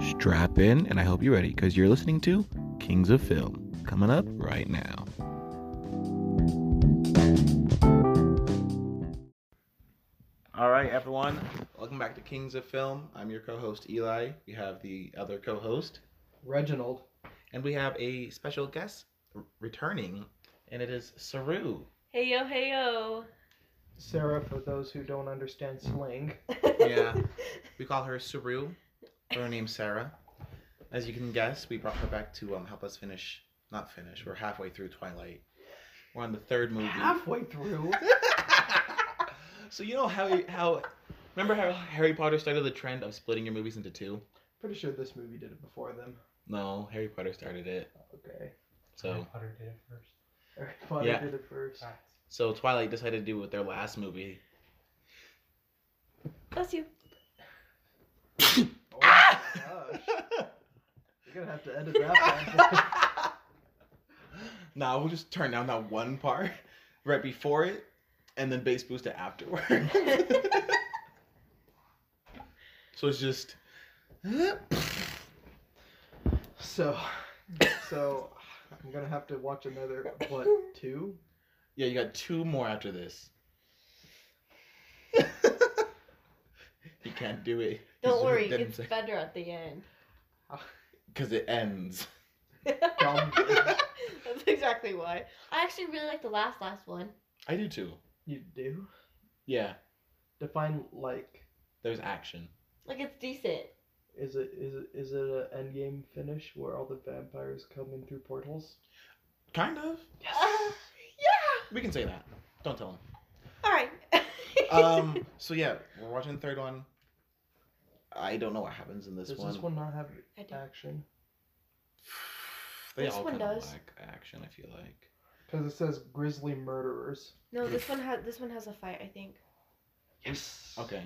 strap in, and I hope you're ready because you're listening to Kings of Film coming up right now. All right, everyone, welcome back to Kings of Film. I'm your co host, Eli. We have the other co host, Reginald. and we have a special guest r- returning, and it is Saru. Hey yo, hey yo. Sarah, for those who don't understand slang. Yeah. We call her Saru. Her name's Sarah. As you can guess, we brought her back to um, help us finish. Not finish. We're halfway through Twilight. We're on the third movie. Halfway through. so you know how how remember how Harry Potter started the trend of splitting your movies into two? Pretty sure this movie did it before them. No, Harry Potter started it. Okay. So Potter did it first. Harry Potter Yeah. did it first. so Twilight decided to do it with their last movie. Bless you. Oh Ah! my gosh. You're gonna have to edit that part. nah, we'll just turn down that one part right before it, and then bass boost it afterward. so it's just. So, so I'm gonna have to watch another what two? Yeah, you got two more after this. you can't do it. Don't worry, it gets better at the end. Because it ends. Dumb. That's exactly why. I actually really like the last last one. I do too. You do Yeah, define like there's action. Like it's decent. is it is it is it an end game finish where all the vampires come in through portals? Kind of. Uh, yeah. We can say that. Don't tell him. All right. Um. so yeah, we're watching the third one. I don't know what happens in this Does one. this one not have I don't- action? They This all one kind of does. lack action. I feel like. Because it says grizzly murderers. no, this one has this one has a fight. I think. Yes. Okay.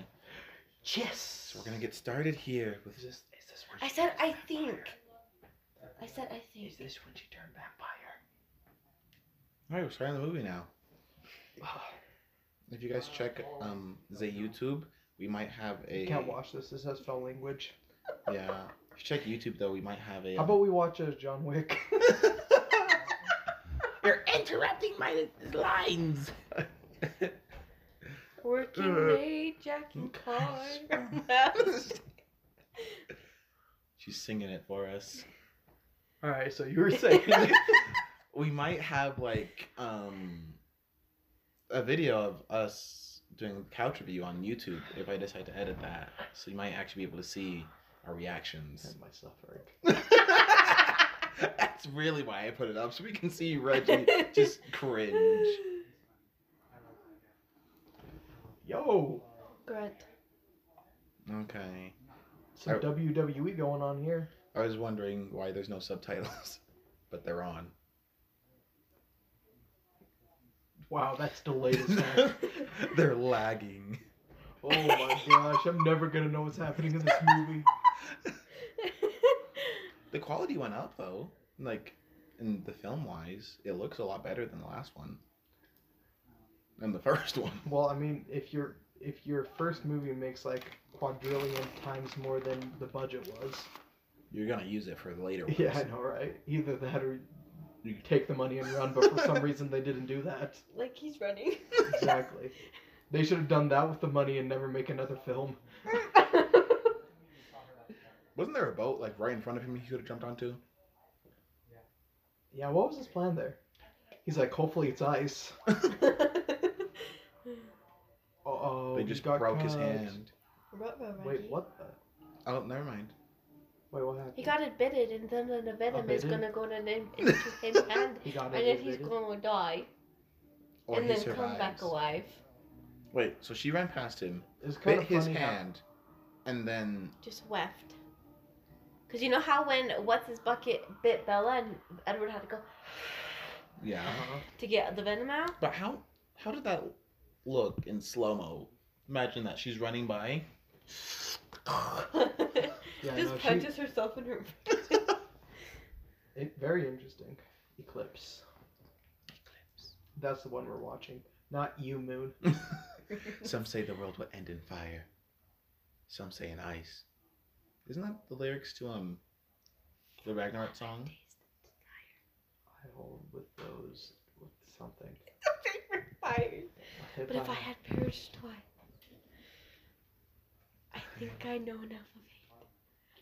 Yes. So we're gonna get started here with Is this is this where I she said turns I vampire? think. I said I Is think. this when she turned vampire? All right, we're starting the movie now. Ugh, If you guys check um the YouTube, we might have a. you can't watch this. This has foul language. Yeah. If you check YouTube though, we might have a. How about we watch as John Wick? You're interrupting my lines. Working Uh, late, Jackie Carr. She's singing it for us. all right. So you were saying. We might have like um a video of us doing couch review on YouTube if I decide to edit that. So you might actually be able to see our reactions. and my suffering. That's really why I put it up so we can see Reggie just cringe. Yo, Grunt. Okay. some Are- WWE going on here. I was wondering why there's no subtitles, but they're on. Wow, that's delayed as heck. they're lagging. oh my gosh, I'm never gonna know what's happening in this movie. The quality went up though. Like in the film wise, it looks a lot better than the last one. And the first one. Well, I mean, if your if your first movie makes like quadrillion times more than the budget was, You're gonna use it for the later ones. yeah, I know, right? Either that or you You- take the money and run. But for some reason, they didn't do that. Like he's running. Exactly. They should have done that with the money and never make another film. Wasn't there a boat like right in front of him he could have jumped onto? Yeah, what was his plan there? He's like, hopefully it's ice. Oh, they just broke his hand. Wait, what? The... Oh, never mind. Wait, what happened? He got admitted, and then the venom is Admitted? gonna go to him, into his hand, He got and then he's invaded? gonna die, Or and he then come survives. back alive. Wait, so she ran past him, It's kind bit of his funny how- hand, and then Just weft. Cause you know how when what's his bucket bit Bella and Edward had to go yeah. Uh-huh. to get the venom out. But how how did that look in slow mo? Imagine that she's running by. Yeah, Just no, she- punches herself in her. It, very interesting. Eclipse. That's the one we're watching. Not you, Moon. Some say the world will end in fire. Some say in ice. Isn't that the lyrics to um the Ragnarok song? I hold with those with something. Fire. Hit But if by- I had perished twice, I think I know enough of hate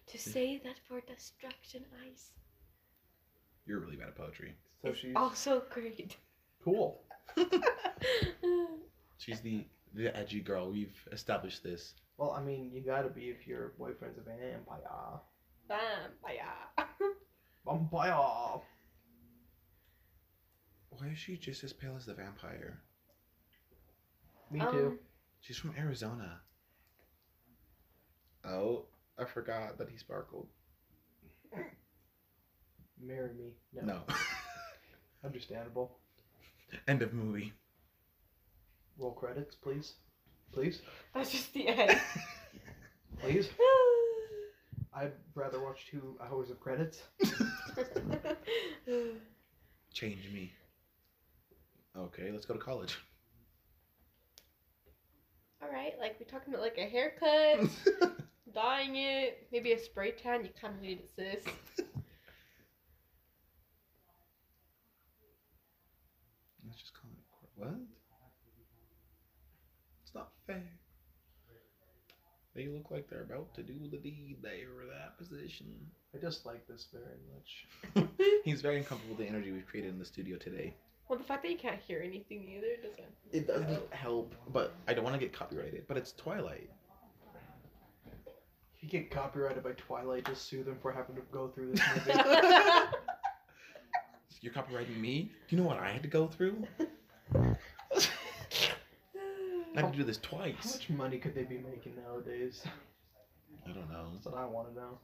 to say that for destruction, ice You're really bad at poetry. so is she's also great. cool. She's the the edgy girl. We've established this. Well, I mean, you gotta be if your boyfriend's a vampire. Vampire. Vampire. Why is she just as pale as the vampire? Me Um, too. She's from Arizona. Oh, I forgot that he sparkled. Marry me. No. No. Understandable. End of movie. Roll credits, please. Please. That's just the end. Please. I'd rather watch two hours of credits. Change me. Okay, let's go to college. All right, like we're talking about like a haircut, dyeing it, maybe a spray tan. You kind of need it, sis. Let's just call it qu- what? It's not fair. They look like they're about to do the deed. They were that position. I just like this very much. He's very uncomfortable with the energy we've created in the studio today. Well, the fact that you can't hear anything either doesn't. It doesn't help, but I don't want to get copyrighted. But it's Twilight. If you get copyrighted by Twilight, just sue them for having to go through this movie. You're copyrighting me? Do you know what I had to go through? I had to do this How twice. much money could they be making nowadays? I don't know. That's what I want to know.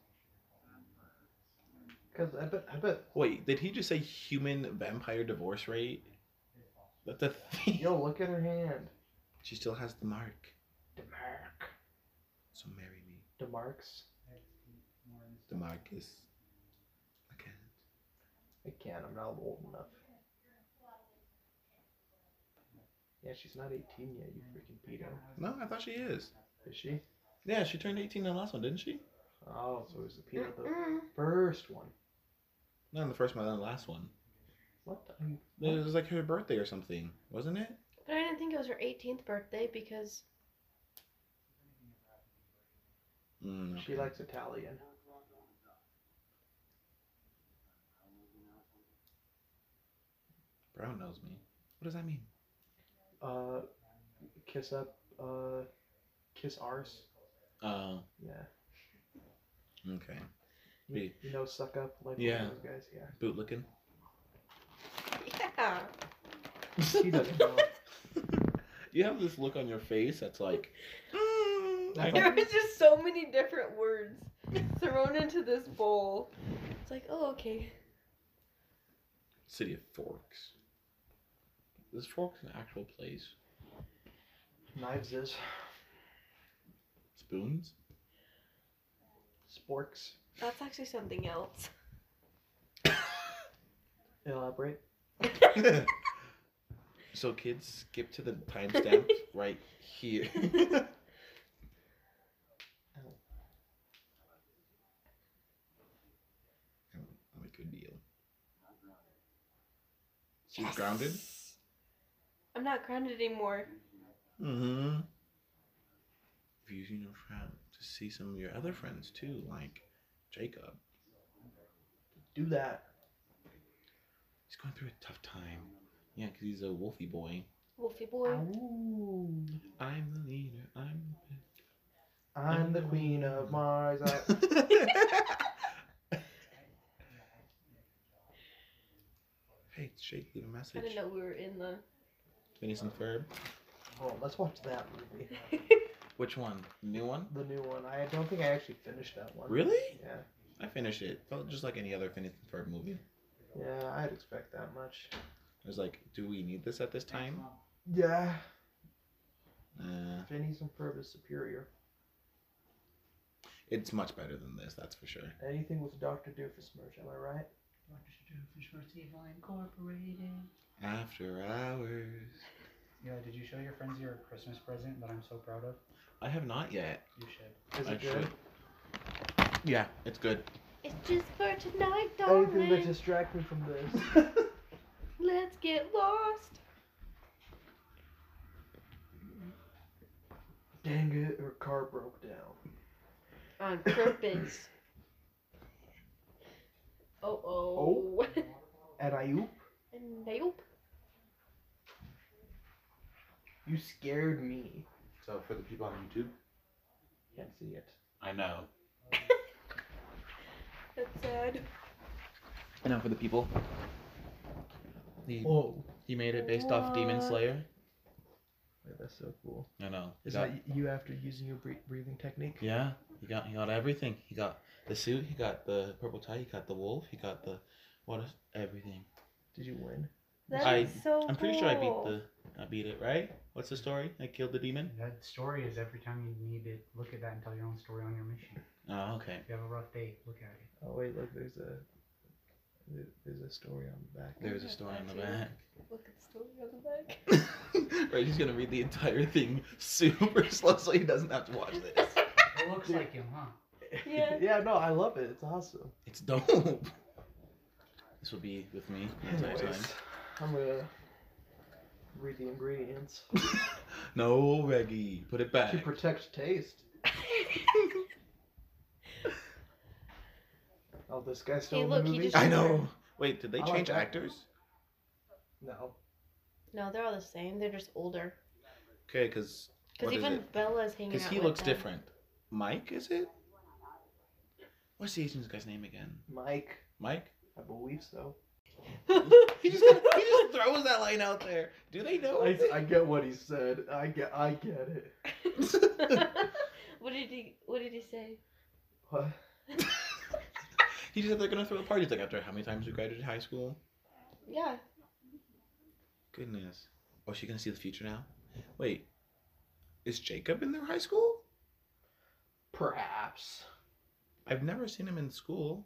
Because I bet, I bet, Wait, did he just say human vampire divorce rate? That's a thing. yo, look at her hand. She still has the mark. DeMarc. So marry me. DeMarc's? The mark is. I can't. I can't, I'm not old enough. Yeah, she's not 18 yet, you freaking pedo. No, I thought she is. Is she? Yeah, she turned 18 in the last one, didn't she? Oh, so it was the pedo the Mm-mm. first one. Not in the first one, then the last one. What the? you- It was like her birthday or something, wasn't it? But I didn't think it was her 18th birthday because Mm, She likes Italian. Brown knows me. What does that mean? Uh, kiss up, uh, kiss arse. Oh, Yeah. okay. You, Be- you know, suck up like one of Yeah. those guys. Yeah. Boot looking. yeah, He doesn't know. You have this look on your face that's like. mm, I don't- That's there was just so many different words thrown into this bowl. It's like, oh, okay. City of Forks. Is Forks an actual place? Knives is Spoons? sporks. That's actually something else. Elaborate. so, kids, skip to the timestamp right here. I'm a good deal. She's Yes. grounded? I'm not grounded anymore. Mm-hmm. If you using your friend to see some of your other friends too, like Jacob. Do that. He's going through a tough time. Yeah, because he's a wolfy boy. Wolfie boy. Ooh. I'm the leader. I'm I'm the queen of Mars. I... the Hey, Jake, leave a I message. didn't know we were in the. Phineas and Ferb. Oh, let's watch that movie. Which one? New one? The new one. I don't think I actually finished that one. Really? Yeah. I finished it. Felt just like any other Phineas and Ferb movie. Yeah, I'd expect that much. I was like, do we need this at this time? Yeah. Uh, Phineas and Ferb is superior. it's much better than this, that's for sure. Anything with Dr. Doofusmirch, am I right? Dr. Doofenshmirtz Evil Incorporated. After hours. Yeah, did you show your friends your Christmas present that I'm so proud of? I have not yet. You should. Is it I good? should. Yeah, it's good. It's just for tonight, Anything that darling. distracts me from this. Let's get lost. Dang it, her car broke down. On purpose. oh oh. And I oop, Nope. you scared me. So for the people on YouTube, Can't see it. I know. That's sad. And now for the people. He, Oh, he made it based off Demon What? Slayer. wait, that's so cool. I know. He Is got- that you after using your bre- breathing technique? yeah, he got he got everything. He got the suit. He got the purple tie. He got the wolf. He got the what is everything. Did you win? That's I- so I'm pretty sure I beat cool. the I beat it right. What's the story? I killed the demon. That story is every time you need it, look at that and tell your own story on your mission. Oh, okay. If you have a rough day, look at it. Oh wait, look, there's a there- there's a story on the back. There's a story on the back. Look at the story on the back. right, he's gonna read the entire thing super slow so he doesn't have to watch this. It looks like him, huh? Yeah. yeah, no, I love it. It's awesome. It's dope. This will be with me the entire time. Anyways, I'm gonna read the ingredients No, Reggie, put it back. to protect taste. Oh, this guy's still Hey, in look, the he movie. just- I know. Wait, did they I like change that. actors? No, no, they're all the same. They're just older. Okay, because Because even Bella's hanging out. Because he with looks them. different. Mike, is it? What's the Asian guy's name again? Mike. Mike? I believe so. He just he just throws that line out there. Do they know? I, it? I get what he said. I get I get it. what did he? What did he say? What? he just said they're gonna throw a party. He's like after how many times we graduated high school? Yeah. Goodness. Oh, is she gonna see the future now? Wait, is Jacob in their high school? Perhaps. I've never seen him in school.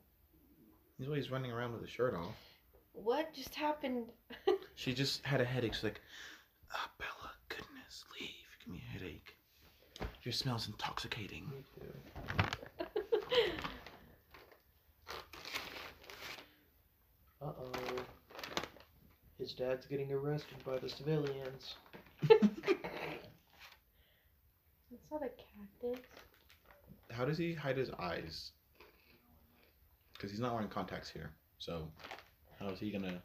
He's always running around with his shirt off. What just happened? She just had a headache. She's like, "Ah, Bella, goodness, leave. You give me a headache. Your smell's intoxicating. Me too. Uh oh. His dad's getting arrested by the civilians. It's not a cactus. How does he hide his eyes? Because he's not wearing contacts here. So, how is he gonna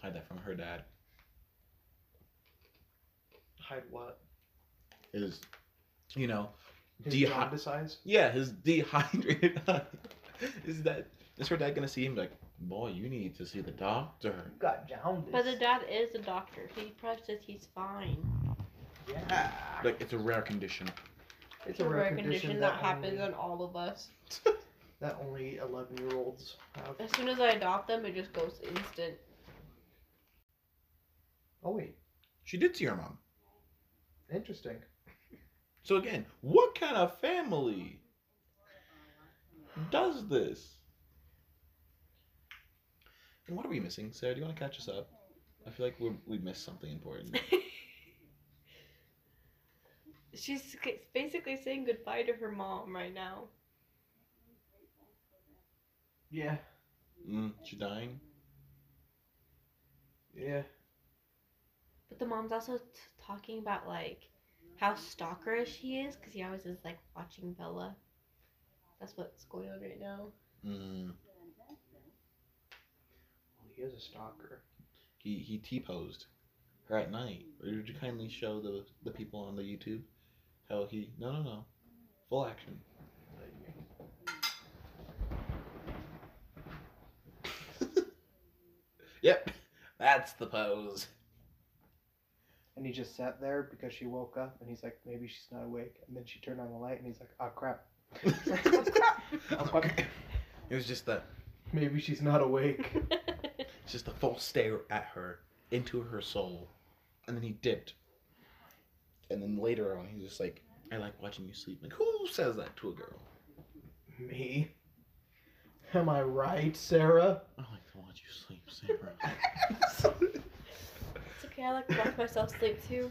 hide that from her dad? Hide what? Is, you know, His Dehi- jaundice eyes? yeah, his dehydrated eyes. Is that is her dad gonna see him like, boy, you need to see the doctor? You got jaundice. But the dad is a doctor. He probably says he's fine. yeah. Like it's a rare condition. It's a rare condition that, that happens only- on all of us. That only 11 year olds have. As soon as I adopt them, it just goes instant. Oh, wait. She did see her mom. Interesting. So again, what kind of family does this? And what are we missing, Sarah? Do you want to catch us up? I feel like we we missed something important. She's c- basically saying goodbye to her mom right now. Yeah. Mm, she's dying. Yeah. But the mom's also t- talking about like how stalkerish he is because he always is like watching Bella. That's what's going on right now. Mm, Well, he is a stalker. he he t posed her at night. Would you kindly show the the people on the YouTube how he? No no no, full action. Yep, that's the pose. And he just sat there because she woke up and he's like, maybe she's not awake. And then she turned on the light and he's like, oh crap. it was just the Maybe she's not awake. It's just a full stare at her, into her soul. And then he dipped. And then later on, he's just like, I like watching you sleep. Like, who says that to a girl? Me? Am I right, Sarah? I like to watch you sleep, Sarah. it's okay, I like to watch myself sleep too.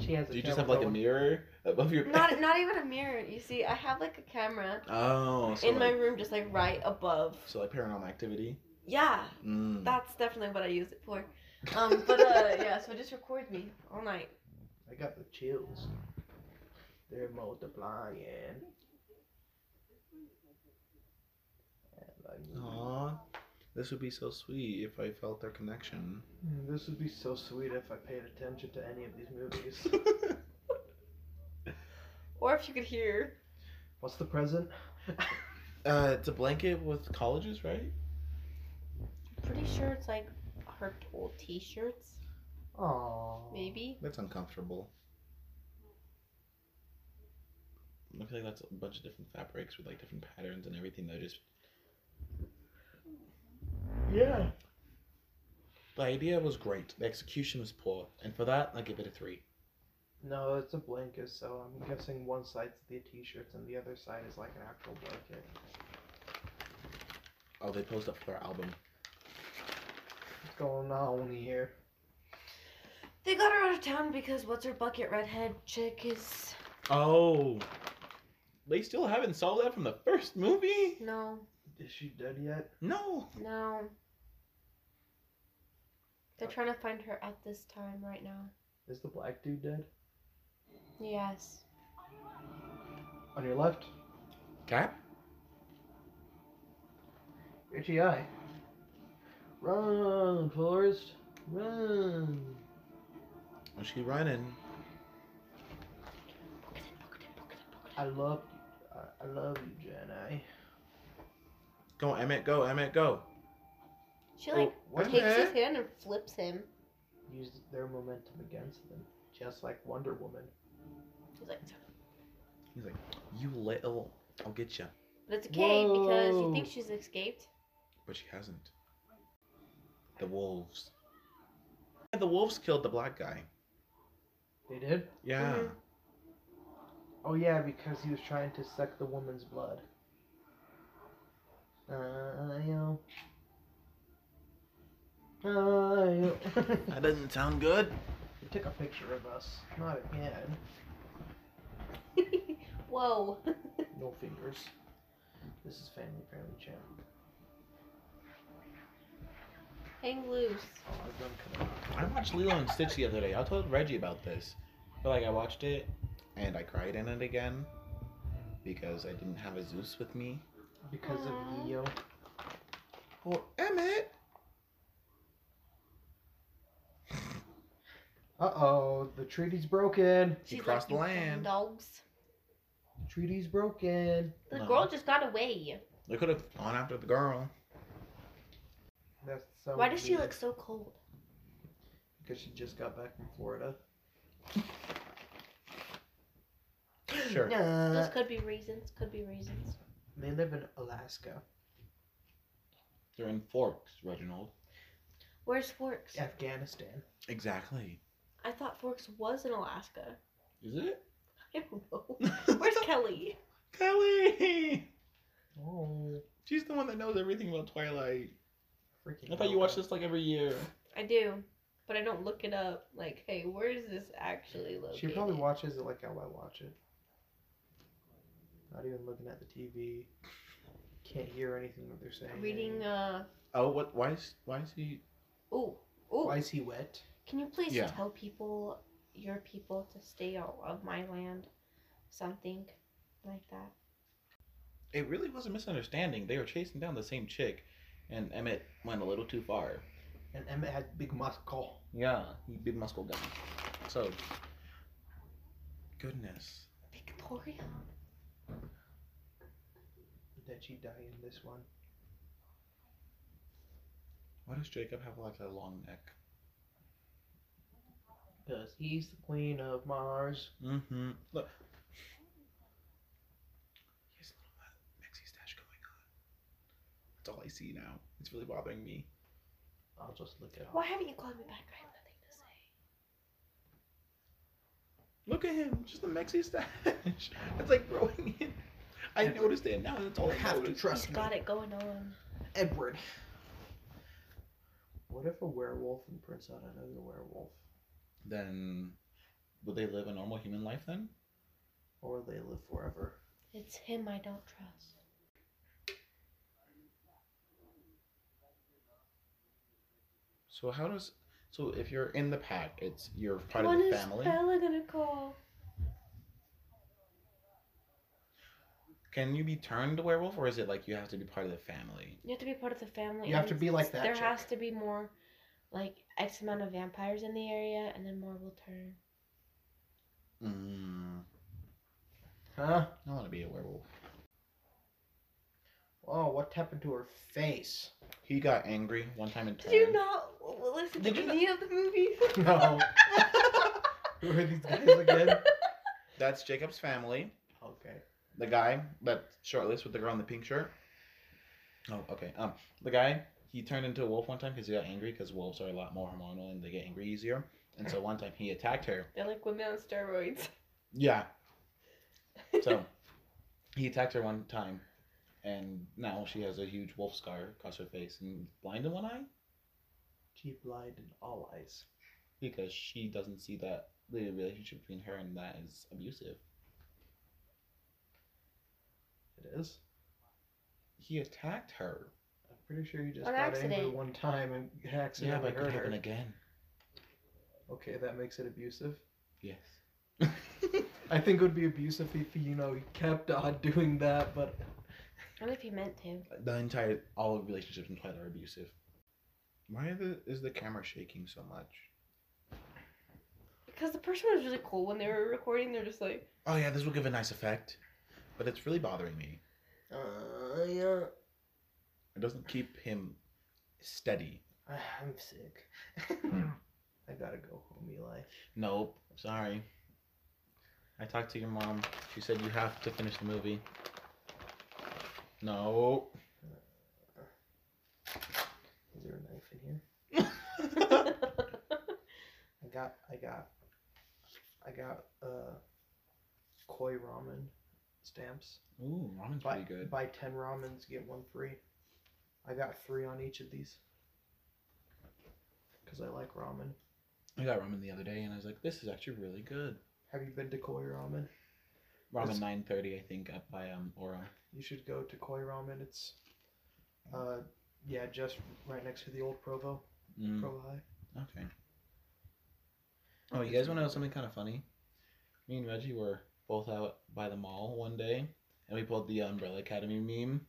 She has Do you just have like a mirror above your bed. Not not even a mirror. You see, I have like a camera oh, so in my like, room, just like right above. so like paranormal activity. Yeah, Mm. that's definitely what I use it for. Um, but uh, yeah, so it just record me all night. I got the chills. They're multiplying. And I need- Aw, this would be so sweet if I felt their connection. Man, This would be so sweet if I paid attention to any of these movies. Or if you could hear. What's the present? uh, it's a blanket with colleges, right? I'm pretty sure it's like her old T-shirts, Aww. maybe. That's uncomfortable. Looks like that's a bunch of different fabrics with like different patterns and everything. That just Yeah. the idea was great. The execution was poor, and for that, I give it a three. No, it's a blanket, so I'm guessing one side's the t-shirts and the other side is like an actual blanket. Oh, they posed up for their album. What's going on here? They got her out of town because what's her bucket redhead chick is Oh, they still haven't solved that from the first movie. no, Is she dead yet? No, no. Uh, They're trying to find her at this time right now. Is the black dude dead? Yes. On your left? Cap. HEI. E Run, Forrest. Run. Is Oh, she running? I love you. uh, I, I love you, Jedi. Go, Emmett. Go, Emmett. Go. She like Oh, what takes the his heck? hand and flips him. Use their momentum against them, just like Wonder Woman. He's like, You little. I'll get you. but it's okay because you Whoa. think she's escaped. But she hasn't. The wolves. Yeah, the wolves killed the black guy. They did? Yeah. Mhm. Oh yeah, because he was trying to suck the woman's blood. Uh, you know. Uh, you That doesn't sound good. He took a picture of us. Not again. Whoa. No fingers. This is Family Family Channel. Hang loose. Oh, I've done cut it I watched Lilo and Stitch the other day. I told Reggie about this. But like I watched it and I cried in it again because I didn't have a Zeus with me. off. Because Aw. of Neo. Well, Emmett. Uh oh, the treaty's broken. She She's like, crossed the "You land." Dogs. The treaty's broken. The No. girl just got away. They could have gone after the girl. That's so. Why does she weird. look so cold? Because she just got back from Florida. Sure. Those Nah. could be reasons. Could be reasons. They live in Alaska, They're in forks, Reginald. Where's Forks? Afghanistan. Exactly. I thought Forks was in Alaska. Is it? I don't know. Where's Kelly? Kelly? Oh, She's the one that knows everything about Twilight. freaking. I thought you watched Alka. this like every year. I do, but I don't look it up. Like, hey, where is this actually located? She probably watches it like how I watch it. Not even looking at the TV. Can't hear anything that they're saying. reading. Uh, Oh, what? Why is why is he? oh, Why oh. is he wet? Can you please Yeah. tell people, your people, to stay out of my land, something like that? It really was a misunderstanding. They were chasing down the same chick, and Emmett went a little too far. And Emmett had big muscle. Yeah, he big muscle guy. So, goodness. Victoria. Did she die in this one? Why does Jacob have like a long neck? Because he's the queen of Mars. Mm-hmm. Look. He has a little uh, Mexi stash going on. That's all I see now. It's really bothering me. I'll just look it up. Why haven't you called me back? I have nothing Look at to say. him, just a Mexi stash. It's like growing in. I noticed it now. That's all I Have to noticed. trust He's got it going on. Edward. What if a werewolf and prints out another werewolf? Then, would they live a normal human life then? or they live forever. It's him I don't trust. So how does so if you're in the pack, it's you're part when of the is family. Bella gonna call? Can you be turned a werewolf, or is it like you have to be part of the family? You have to be part of the family. You have and to be like that There chick. has to be more, like X amount of vampires in the area, and then more will turn. Mm, Huh? I want to be a werewolf. Oh, what happened to her face? He got angry one time in. Did you Thailand. not w- w- listen Did to you any of the movies? No. Who are these guys again? That's Jacob's family. Okay. The guy that shirtless with the girl in the pink shirt. Oh, okay. Um, the guy he turned into a wolf one time because he got angry because wolves are a lot more hormonal and they get angry easier. And so one time he attacked her. They're like women on steroids. Yeah. So he attacked her one time, and now she has a huge wolf scar across her face and blind in one eye She blind in all eyes. because she doesn't see that the relationship between her and that is abusive. It is. He attacked her. I'm pretty sure you just An got angry accident. one time and Yeah, accidentally but it could hurt her. happen again. Okay, that makes it abusive. Yes. I think it would be abusive if he, you know he kept on doing that, but What if he meant to? the entire all relationships in Twilight are abusive. Why the, is the camera shaking so much? Because the person was really cool when they were recording. They're just like, Oh yeah, this will give a nice effect, but it's really bothering me. uh, yeah, It doesn't keep him steady. I'm sick. Hmm. I gotta go home, Eli. Nope. Sorry. I talked to your mom. She said you have to finish the movie. No. Is there a knife in here? I got, I got, I got uh, koi ramen stamps. Ooh, ramen's Buy, pretty good. buy ten ramens, get one free. I got three on each of these because I like ramen. I got ramen the other day, and I was like, "This is actually really good." Have you been to koi ramen? Ramen It's- nine thirty, I think, up by um Oro. You should go to koi ramen. It's, uh, yeah, just right next to the old Provo, Mm. Provo High. Okay. Oh, you guys want to know something kind of funny? Me and Reggie were both out by the mall one day, and we pulled the Umbrella Academy meme.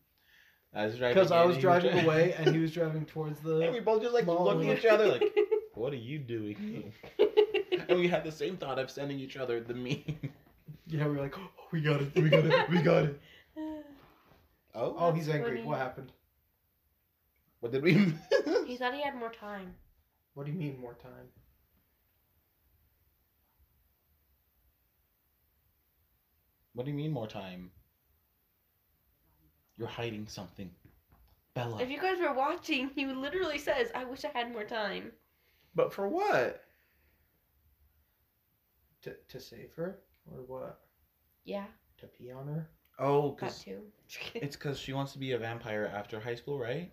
I was driving Because I in, was and he was driving dri- away and he was driving towards and the. we both just like Mall. looked at each other like, "What are you doing?" and we had the same thought of sending each other the meme. Yeah, we were like, oh, we got it, we got it, we got it. Oh, he's That's angry. funny. What happened? What did we? he thought he had more time. What do you mean more time? what do you mean more time? You're hiding something, Bella. If you guys were watching, he literally says, "I wish I had more time." But for what? To to save her or what? Yeah, To pee on her? Oh, that because too. It's because she wants to be a vampire after high school, right?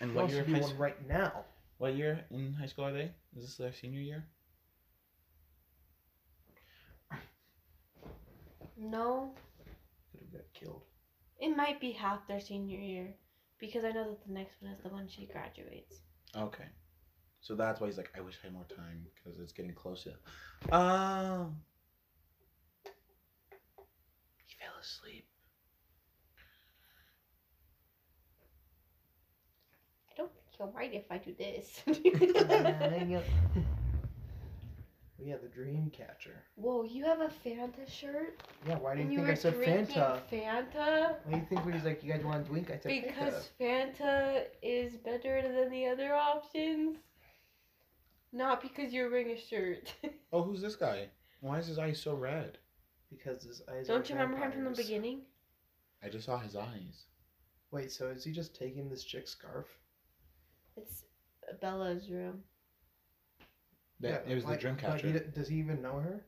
And He what wants year, of to be high one sch- right now. what year in high school are they? Is this their senior year? no, Could have got killed. it might be half their senior year, because I know that the next one is the one she graduates. Okay. So that's why he's like, I wish I had more time because it's getting closer. Um. He fell asleep. I don't think he'll mind if I do this. We had the dream catcher. Whoa, you have a Fanta shirt, Yeah, why do you, and you think were I said drinking Fanta? Fanta? Why do you think we was like, you guys want to drink? I said Fanta. Because Fanta is better than the other options. Not because you're wearing a shirt. Oh, who's this guy? Why is his eyes so red? Because his eyes are Don't you remember him from the vampires. beginning? I just saw his eyes. Wait, so is he just taking this chick's scarf? It's Bella's room. That it was like- the dream but catcher. he d- does he even know her?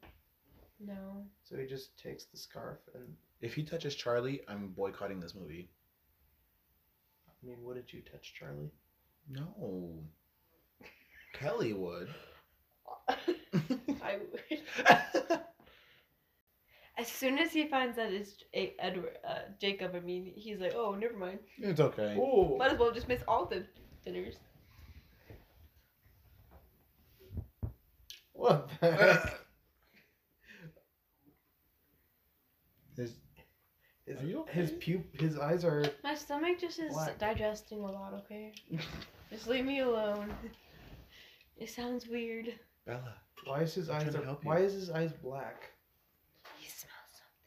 No. So he just takes the scarf and If he touches Charlie, I'm boycotting this movie. I mean, wouldn't you touch Charlie? No. Kelly would. I would. As soon as he finds out it's J- Edward, uh, Jacob, I mean, he's like, oh, never mind. It's okay. Oh. Might as well just miss all the dinners. What the heck? Is- His, Are you his okay? pup his eyes are My stomach just is Black. digesting a lot, okay? just leave me alone. It sounds weird. Bella. why is his I'm eyes trying to are help you. why is his eyes black? He smells something.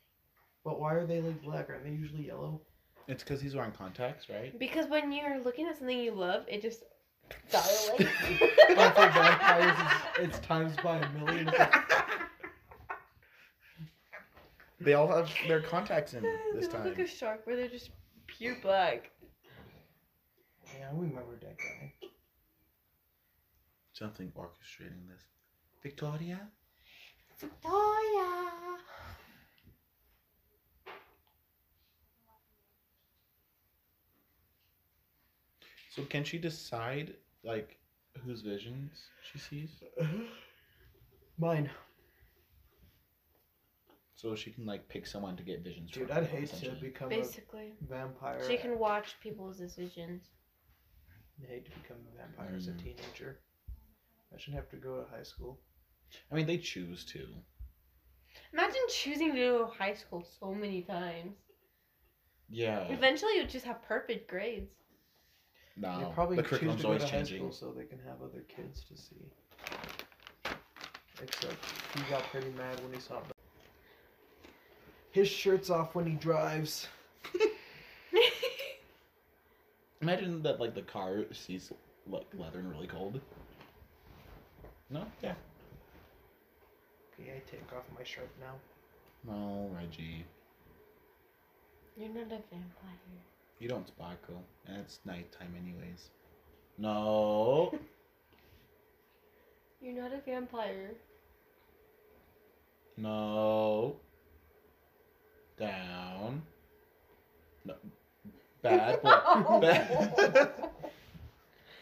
But why are they like black? Aren't they usually yellow? It's because he's wearing contacts, right? Because when you're looking at something you love, it just dilates. Like for vampires, it's, it's times by a million. They all have their contacts in they this look like time. a shark where they're just pure black. Yeah, I remember that guy. Something orchestrating this. Victoria? Victoria! So can she decide like whose visions she sees? Mine. So she can like pick someone to get visions Dude, from. I'd hate to essentially. become Basically, a vampire. she can watch people's decisions. I'd hate to become a vampire as a Mm. teenager. I shouldn't have to go to high school. I mean they choose to. Imagine choosing to go to high school so many times. Yeah. Eventually, you just have perfect grades. No. they probably Oh, the choose to curriculum's go always to high changing. school so they can have other kids to see. Except he got pretty mad when he saw. His shirt's off when he drives. Imagine that like the car sees like leather and really cold. No? Yeah. Okay, I take off my shirt now. No, Reggie. You're not a vampire. You don't sparkle. And it's nighttime anyways. No. You're not a vampire. No. Down. No. Bad boy. Bad.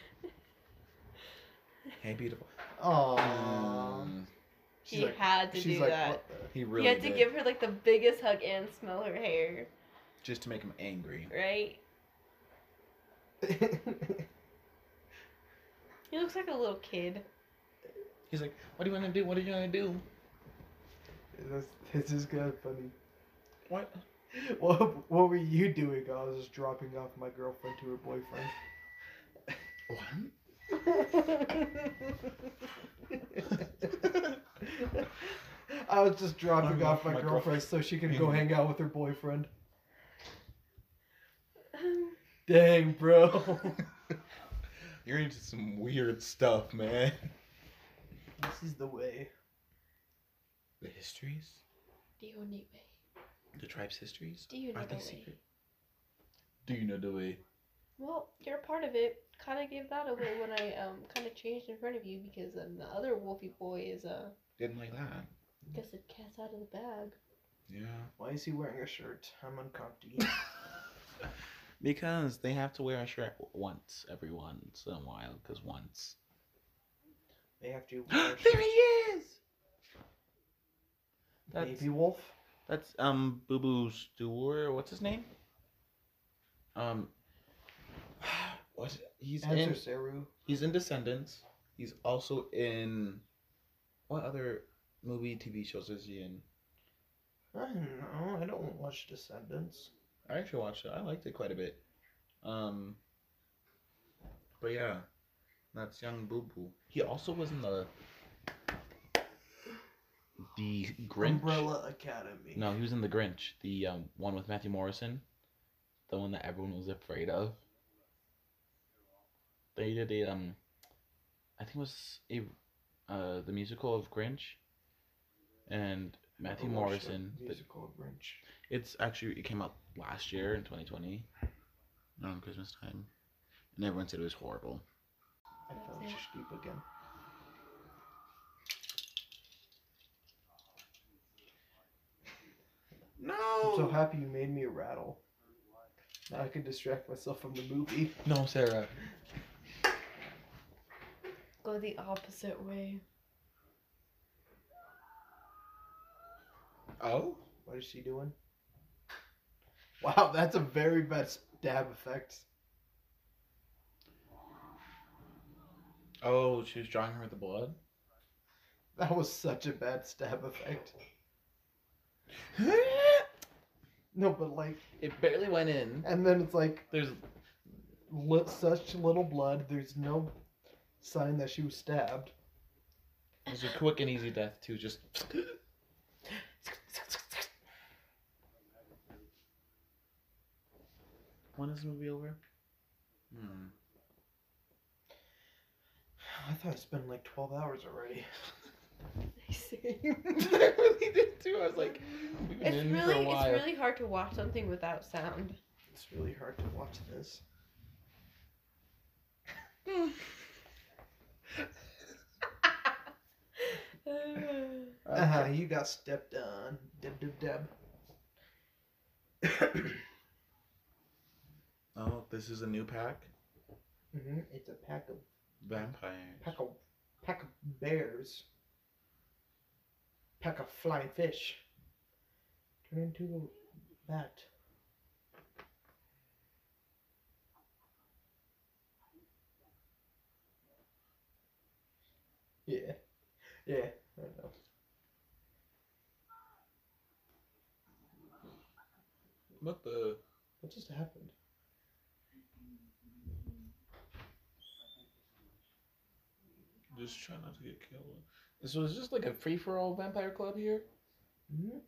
hey, beautiful. Aww. Um, She's he like- had to She's do like, that. what the? he really you had to did, give her like the biggest hug and smell her hair, just to make him angry. right? He looks like a little kid. He's like, "What do you want to do? What are you going to do? this, this is kind of funny. What? What, what were you doing? I was just dropping off my girlfriend to her boyfriend. What?" I was just dropping Dropping off my, girlfriend so she can go Mhm. hang out with her boyfriend. Um, Dang, bro. You're into some weird stuff, man. this is the way. The histories, the only way. the tribe's histories. Do you know Are the they way? secret? Do you know the way? Well, you're a part of it. Kind of gave that away when I um kind of changed in front of you because um, the other Wolfie boy is uh Didn't like that. gets the cat out of the bag. Yeah. Why is he wearing a shirt? I'm uncomfy. Because they have to wear a shirt once every once in a while. Because once. they have to wear there a he shirt. is. That's Baby wolf? that's um Boo Boo Stewart. What's his name? Um. What he's Answer, in? Saru. He's in Descendants. He's also in. What other movie TV shows is he in? I don't know. I don't watch Descendants. I actually watched it. I liked it quite a bit. Um. But yeah, that's young Boo Boo. He also was in the. The Grinch. Umbrella Academy. No, he was in the Grinch, the um, one with Matthew Morrison, the one that everyone was afraid of. They did a um, I think it was a, uh, the musical of Grinch, and Matthew Overwatch, like, Morrison. the- Musical of Grinch. it's actually it came out last year in 2020, around Christmas time, and everyone said it was horrible. I That's fell it. asleep again. No. Oh. I'm so happy you made me a rattle. Now I can distract myself from the movie. no, Sarah. Go the opposite way. Oh. What is she doing? Wow, that's a very bad stab effect. Oh, she was drawing her with the blood. That was such a bad stab effect. No, but like, it barely went in. and then it's like There's li- such little blood. There's no sign that she was stabbed. there's a quick and easy death too. Just when is the movie over? Hmm. I thought it's been like twelve hours already. I really did too. I was like, we've been It's in for a really while. it's really hard to watch something without sound. It's really hard to watch this. Uh Uh-huh. huh. You got stepped on. Deb deb deb. Oh, this is a new pack. hmm It's a pack of Vampire. pack of pack of bears. Pack of flying fish. Turn into a bat. Yeah. Yeah. I know. What the? What just happened? Just try not to get killed. So it's just like a free for all vampire club here. hmm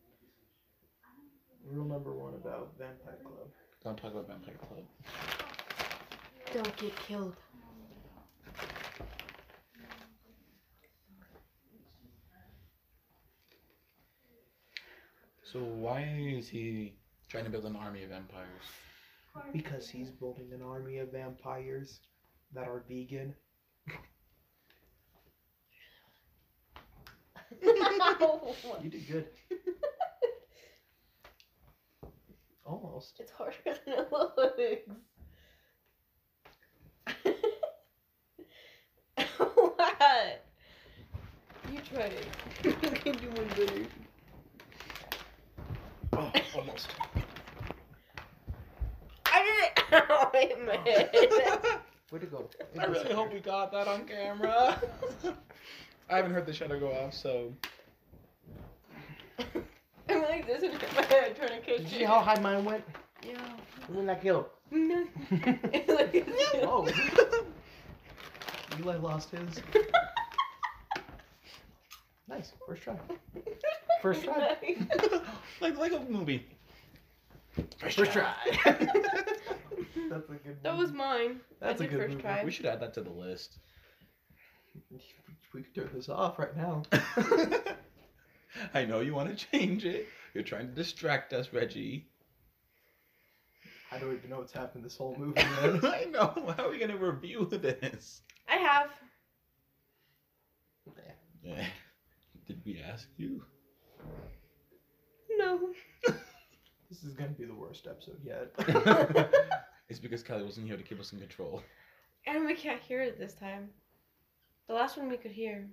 Rule number one about Vampire Club. Don't talk about vampire club. Don't get killed. So why is he trying to build an army of vampires? Because he's building an army of vampires that are vegan. You did good. Almost. It's harder than it looks. what? You try it. you can do one better. Oh, almost. I did it. Ow, I missed. Way to go. I really hope we got that on camera. I haven't heard the shutter go off, so I'm like this in my head trying to catch Did you it. see how high mine went? Yeah. It went like yo. No. It's like- Whoa. Eli lost his. Nice. First try. First try. like like a movie. First try. That's a good That was mine. That's I a did good first movie. try. We should add that to the list. We could turn this off right now. I know you want to change it. You're trying to distract us, Reggie. I don't even know what's happened this whole movie, man. I know. How are we gonna review this? I have. Yeah. Did we ask you? No. this is gonna be the worst episode yet. It's because Kelly wasn't here to keep us in control. And we can't hear it this time. The last one we could hear.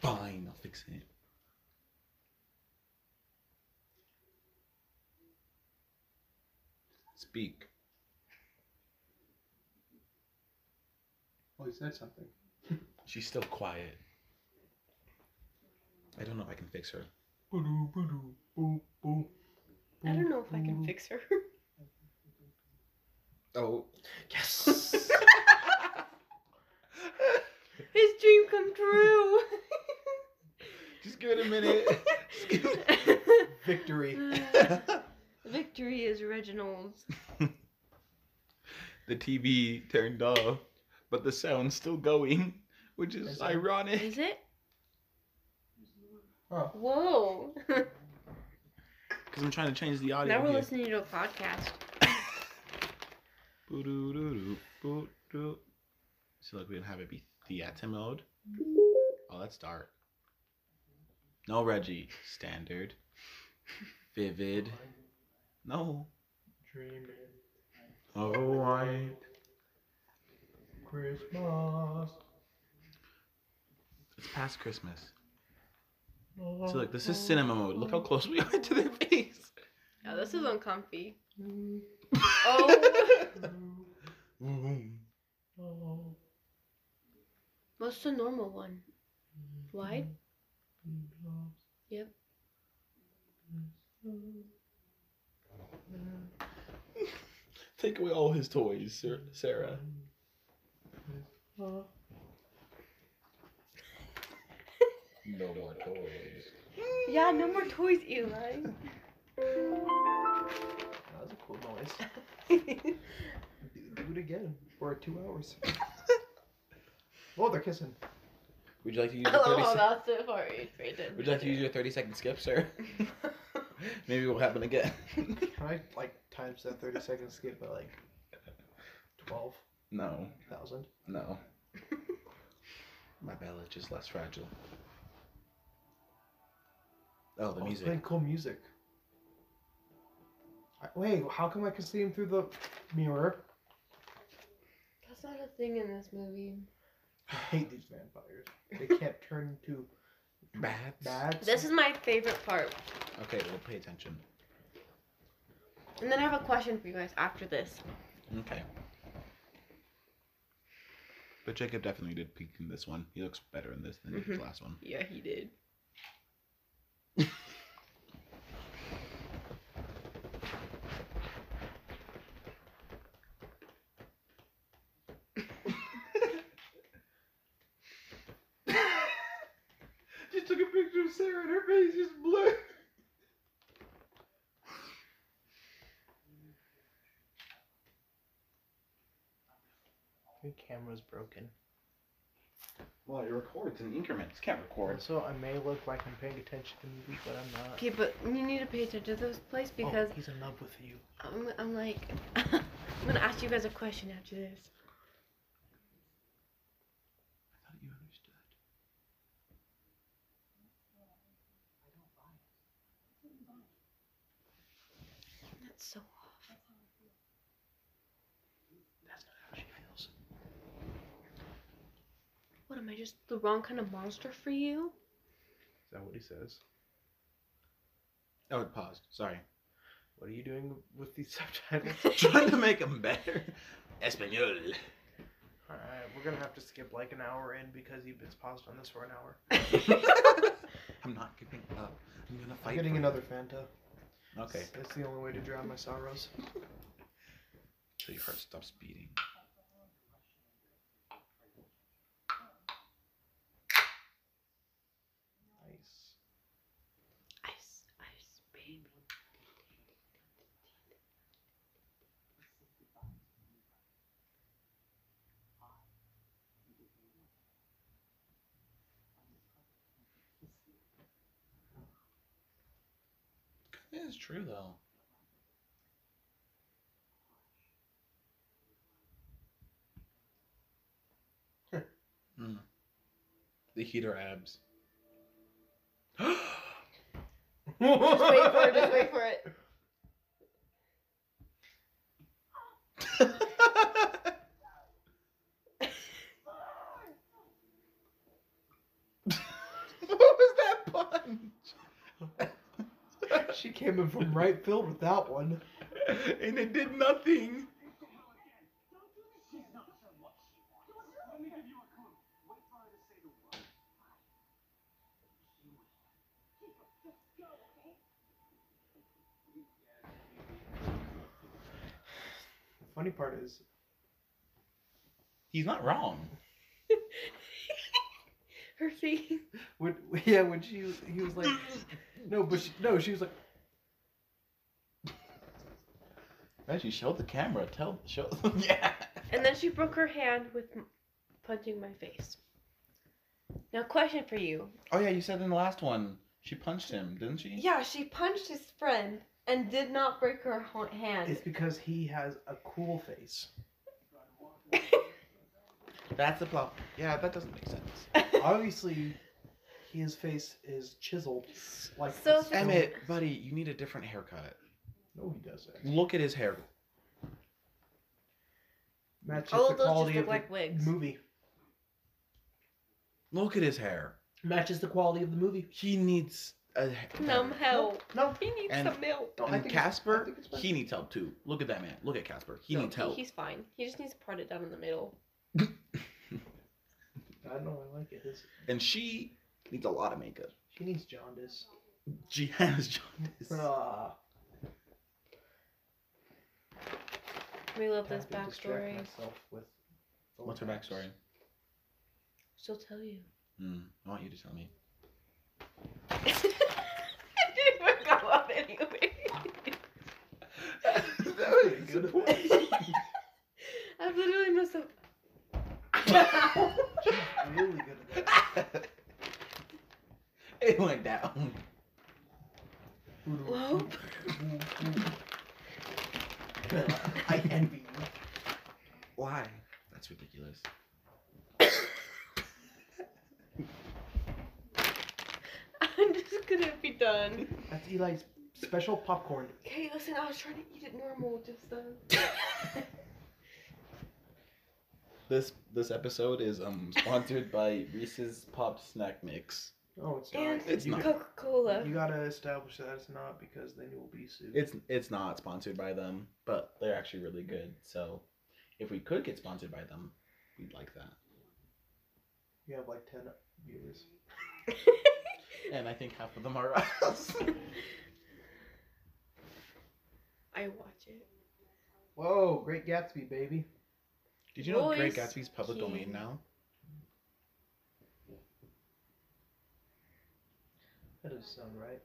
Fine, I'll fix it. Speak. oh, he said something. She's still quiet. I don't know if I can fix her. Boo-doo, boo-doo, boo, boo. I Mm. don't know if I can fix her. Oh. Yes. His dream come true. Just give it a minute. Victory. Victory is Reginald's. the TV turned off, but the sound's still going, which is Is it? ironic. Is it? Oh, Whoa. Because I'm trying to change the audio. now we're here. listening to a podcast. Boo-doo-doo-doo, boo-doo. So like we didn't have it be theater mode. Oh, that's dark. No Reggie. Standard. Vivid. No. dreaming Oh, I. Christmas. It's past Christmas. No So look, this is cinema mode. Look how close we are to their face. Yeah, this is uncomfy. Oh. What's the normal one? Wide? Yep. Take away all his toys, Sar- Sarah. No more toys. Yeah, no more toys, Eli. That was a cool noise. Do it again for two hours. oh, they're kissing. Would you like to use I your love 30 how sec- that's so far rated. Would you like to use your 30 second skip, sir? Maybe it will happen again. Can I like times that thirty second skip by like twelve no, thousand? no. My ballad is less fragile. Oh, the Oh, he's music. playing cool music. I- Wait, how come I can see him through the mirror? That's not a thing in this movie. I hate these vampires. They can't turn into Bats. bats. This is my favorite part. Okay, well, pay attention. And then I have a question for you guys after this. Okay. But Jacob definitely did peak in this one. He looks better in this than he did the last one. Yeah, he did. She took a picture of Sarah and her face just blue. Your camera's broken. Well, it records in increments. Can't record. Also, I may look like I'm paying attention to the movie, but I'm not. Okay, but you need to pay attention to this place because oh, he's in love with you. I'm, I'm like, I'm gonna ask you guys a question after this. I thought you understood. That's so off. That's not how she feels. What am I just the wrong kind of monster for you? Is that what he says? Oh, it paused. Sorry. What are you doing with these subtitles? Trying to make him better. Espanol. All right, we're gonna have to skip like an hour in because you've been paused on this for an hour. I'm not giving up. I'm gonna fight. I'm getting for another Fanta. it. Okay. That's the only way to drown my sorrows. So your heart stops beating. Nice. Ice, ice, baby. It is true though. mm. The heater abs. Just wait for it, just wait for it. what was that punch? she came in from right field with that one. and it did nothing. The funny part is, He's not wrong. Her face. when yeah, when she was, he was like, no, but she, no, she was like, Actually, show the camera. Tell show. yeah. And then she broke her hand with m- punching my face. Now, question for you. Oh yeah, you said in the last one she punched him, didn't she? Yeah, she punched his friend and did not break her ho- hand. it's because he has a cool face. That's the plot. Yeah, that doesn't make sense. Obviously, his face is chiseled like. So a stone. Emmett, buddy, you need a different haircut. No, he doesn't. Look at his hair. Matches All the of those quality just look of like the wigs. movie. Look at his hair. matches the quality of the movie. He needs a Numb help. No, He needs And- some milk. no, I And think it's- I Casper, think it's fine. he needs help too. Look at that man. Look at Casper. He No, needs help. He's fine. He just needs to part it down in the middle. I don't know. I like it. It's, And she needs a lot of makeup. she needs jaundice. She has jaundice. Ah, We love this happy to distract backstory. myself with the What's her facts. backstory? She'll tell you. Mm, I want you to tell me. I didn't even go up anyway. that was disappointing. I've literally messed up. I'm really good at that. it went down. Lope. I envy you. Why? That's ridiculous. I'm just gonna be done. That's Eli's special popcorn. Okay, listen, I was trying to eat it normal just then. This this episode is um sponsored by Reese's Pop Snack Mix. Oh, it's not. and It's you, not. Coca Cola. you gotta establish that it's not because then you'll be sued. It's it's not sponsored by them, but they're actually really good. So if we could get sponsored by them, we'd like that. you have like ten viewers. And I think half of them are us. I watch it. Whoa, Great Gatsby, baby. Did you know Great Voice Gatsby's public key. domain now? That doesn't sound right.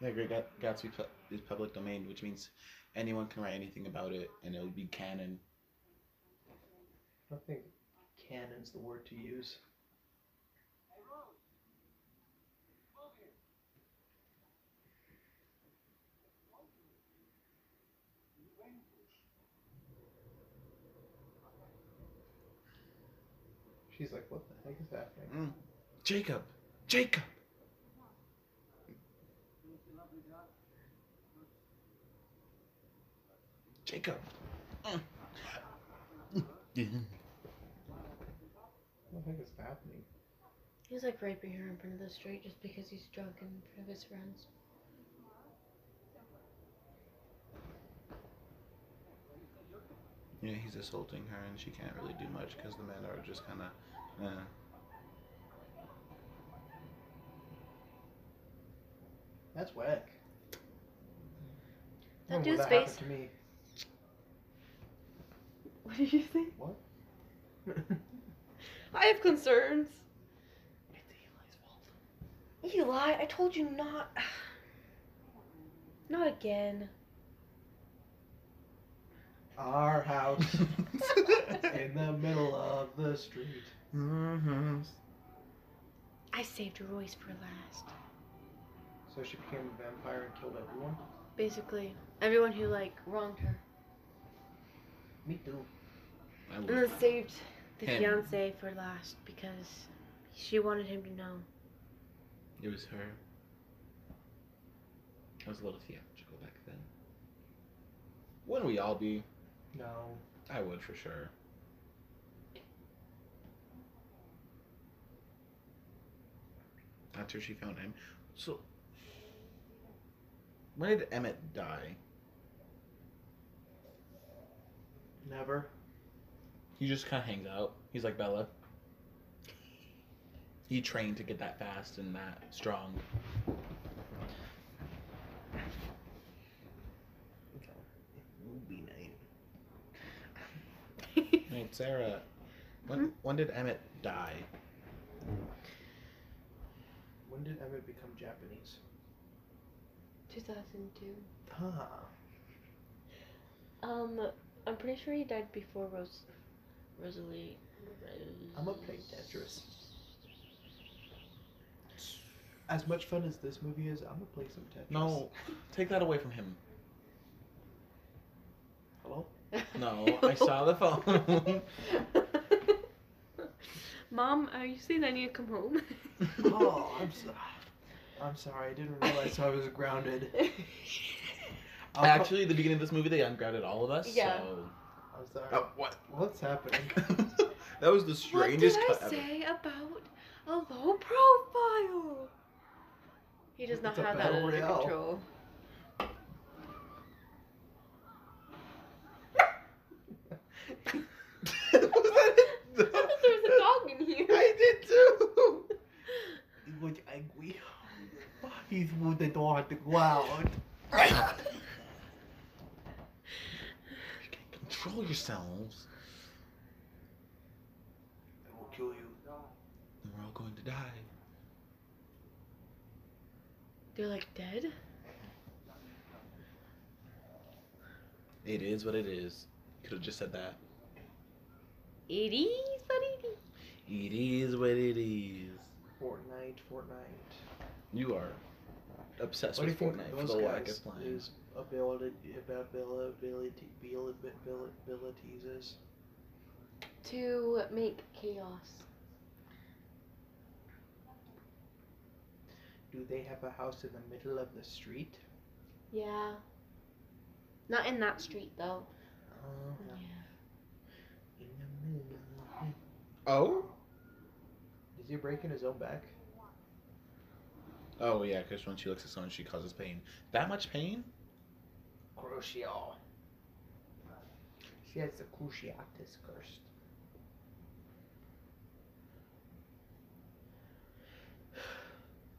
Yeah, Great Gat- Gatsby pu- is public domain, which means anyone can write anything about it, and it'll be canon. I don't think canon's the word to use. She's like, what the heck is happening? Mm. Jacob, Jacob. Jacob. Mm. What the heck is happening? He's like raping her in front of the street just because he's drunk in front of his friends. Yeah, he's assaulting her, and she can't really do much because the men are just kind of. Uh, That's whack. That When would dude's that happen face- to me. What did you say? What? I have concerns. It's Eli's fault. Eli, I told you not. Not again. Our house in the middle of the street. Mhm. I saved Royce for last. So she became a vampire and killed everyone. Basically, everyone who like wronged her, Me too. I and love then saved the Him. fiance for last because she wanted him to know. It was her. I was a little theatrical back then. Wouldn't we all be? No. I would for sure. After she found him. So. When did Emmett die? Never. He just kind of hangs out. He's like Bella. He trained to get that fast and that strong. Movie night. Wait, Sarah, when Hmm? when did Emmett die? When did Emmett become Japanese? 2002. Huh. Um, I'm pretty sure he died before Rose. Rosalie. I'ma play Tetris. As much fun as this movie is, I'm gonna play some Tetris. No, take that away from him. Hello? No, I saw the phone. Mom, are you saying I need to come home? Oh, I'm so- I'm sorry. I didn't realize I was grounded. I'll pro- Actually, the beginning of this movie, they ungrounded all of us. Yeah. So. I'm sorry. Oh, what? What's happening? that was the what strangest did I cut ever. say about A low profile. He does not It's a have that battle under royale. control. was I thought there was a dog in here. I did too. Look angry. He's with the door at the ground. Control yourselves. I will kill you. and We're all going to die. They're like dead. It is what it is. Could have just said that. It is what it is. It is what it is. Fortnite, Fortnite. You are obsessed What do you with think Fortnite for those the lack guys' of plans. is ability, ability, ability, ability, abilities is? To make chaos. Do they have a house in the middle of the street? Yeah. Not in that street though. Uh, Yeah. in the middle. of the- Oh? Is he breaking his own back? Oh yeah, because when she looks at someone, she causes pain. That much pain? Crucial. She has the cruciatus cursed.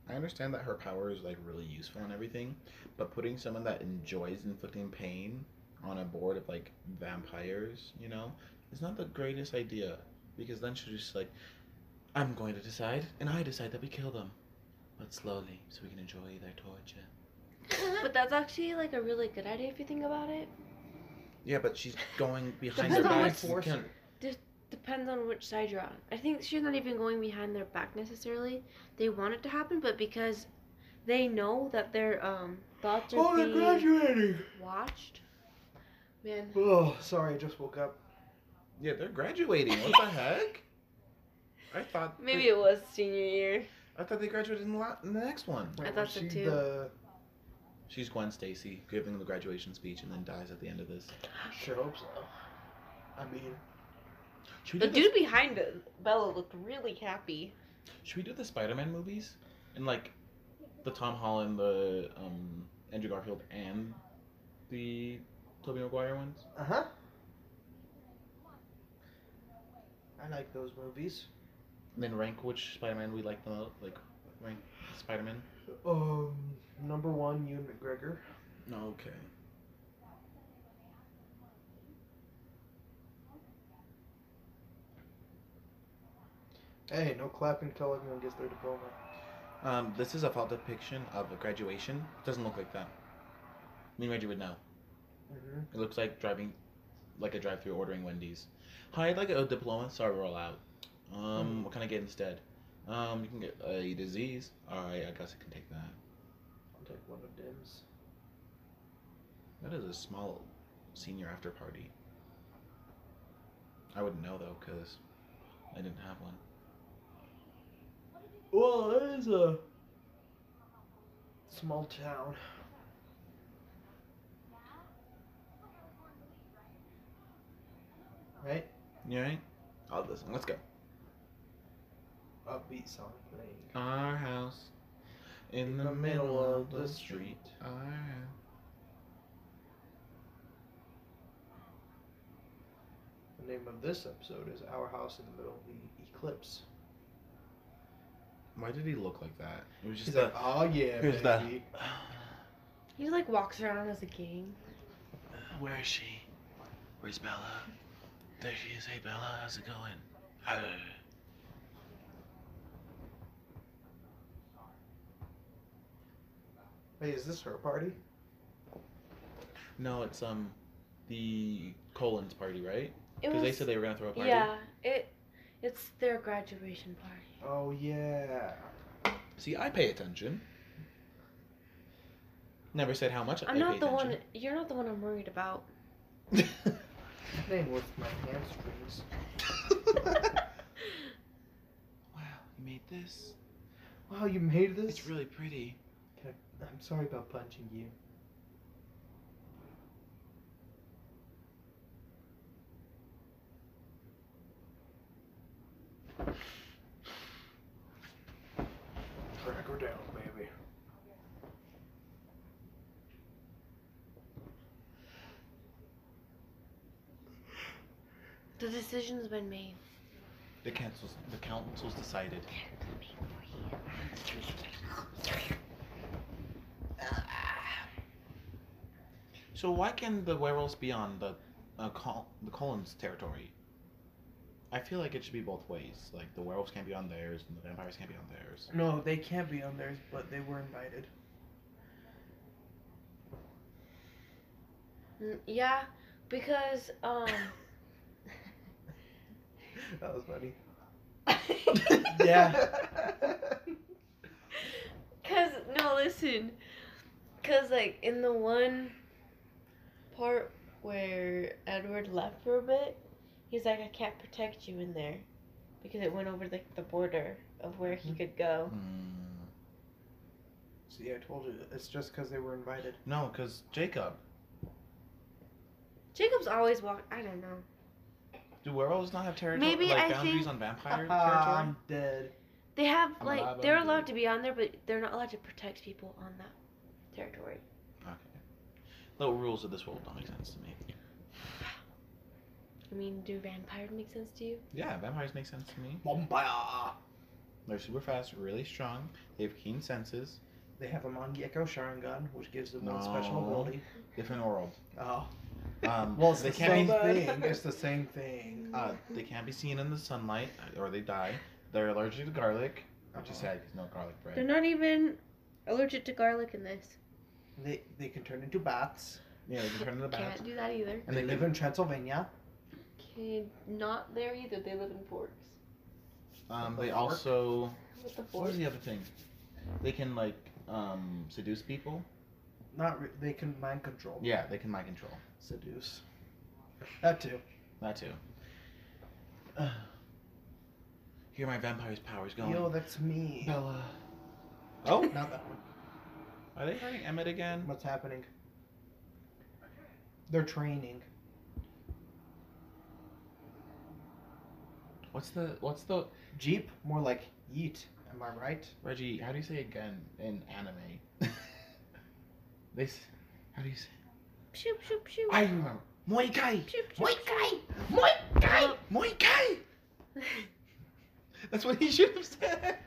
I understand that her power is like really useful and everything, but putting someone that enjoys inflicting pain on a board of like vampires, you know, is not the greatest idea. Because then she's just like, I'm going to decide, and I decide that we kill them. But slowly, so we can enjoy their torture. But that's actually like a really good idea if you think about it. Yeah, but she's going behind Depends their on what backs. You force can't- Depends on which side you're on. I think she's not even going behind their back necessarily. They want it to happen, but because they know that their um thoughts are Oh, they're being graduating! watched. Man, Oh, sorry, I just woke up. Yeah, they're graduating. What the heck? I thought maybe it was senior year. I thought they graduated in the, la- in the next one. I Wait, thought was so she too. The... She's Gwen Stacy giving the graduation speech and then dies at the end of this. Sure hope so. I mean, Should The we do dude behind it, Bella looked really happy. Should we do the Spider-Man movies? And like the Tom Holland, the um, Andrew Garfield, and the Tobey Maguire ones? uh huh. I like those movies. And then rank which Spider-Man we like the most. Like, rank Spider-Man? Um, number one, Ewan McGregor. No, okay. Hey, no clapping until everyone gets their diploma. Um, this is a false depiction of a graduation. It doesn't look like that. Me and Reggie would know. Mm-hmm. It looks like driving, like a drive-through ordering Wendy's. Hi, I'd like a diploma. Sorry, we're all out. Um, what can I get instead? Um, you can get a disease. All right, I guess I can take that. I'll take one of Dim's. That is a small senior after party. I wouldn't know though, cause I didn't have one. Well, it is a small town. Right? You alright? I'll listen. Let's go. Upbeat song playing. Our house in the middle of the street. Our house. The name of this episode is Our House in the Middle of the Eclipse. Why did he look like "Oh, that? It was She's just like, that. oh yeah, Here's that. baby. He like walks around as a gang. Where is she? Where's Bella? There she is. Hey Bella, how's it going? Wait, is this her party? No, it's um, the Colin's party, right? It Because was they said they were gonna throw a party. yeah. It it's their graduation party. Oh yeah. See, I pay attention. Never said how much I I'm pay not the one. attention. You're not the one I'm worried about. Name with my hamstrings. wow, you made this. Wow, you made this? It's really pretty. I'm sorry about punching you. The decision's been made. The council's the council's decided. They're coming for you. So why can the werewolves be on the uh, col- the Collins territory? I feel like it should be both ways. Like the werewolves can't be on theirs, and the vampires can't be on theirs. No, they can't be on theirs, but they were invited. Mm, Yeah, because um. That was funny. Cause no, listen. Cause like in the one part where Edward left for a bit, he's like, I can't protect you in there, because it went over like the border of where Mm-hmm. he could go. Mm, See, I told you. It's just because they were invited. no, because Jacob. Jacob's always walk. I don't know. Do werewolves not have territory? Maybe like I boundaries think- um, on vampire territory. I'm dead. They have I'm like allowed they're on the- allowed to be on there, but they're not allowed to protect people on that territory. Okay. The rules of this world don't make sense to me. I mean, do vampires make sense to you? Yeah, vampires make sense to me. Bombaya. They're super fast, really strong. They have keen senses. They have a Mangekyou Sharingan, which gives them one No. special ability. Different world. Oh, Um, well, it's they the can't same be thing. It's the same thing. uh, they can't be seen in the sunlight, uh, or they die. They're allergic to garlic, which is Uh-huh. sad because no garlic They're bread. not even allergic to garlic in this. They they can turn into bats. Yeah, they can turn into bats. Can't do that either. And And they they live can- in Transylvania. Okay, not there either. They live in forks. Um, they also With the what forks. was the other thing? They can like um seduce people. Not re- they can mind control. Yeah, they can mind control. Seduce. That too. That too. Uh, here are my vampire's powers going. Yo, that's me. Bella. Oh, Not that one. are they hurting Emmett again? What's happening? They're training. What's the what's the Jeep, more like yeet. Am I right? Reggie? How do you say again in anime? they s- how do you say? Shoop, shoop, shoop. I remember. Muay Thai. Shoop, Muay shoop, Thai. Muay Thai. Well- Muay Thai. shoop. That's what he should have said.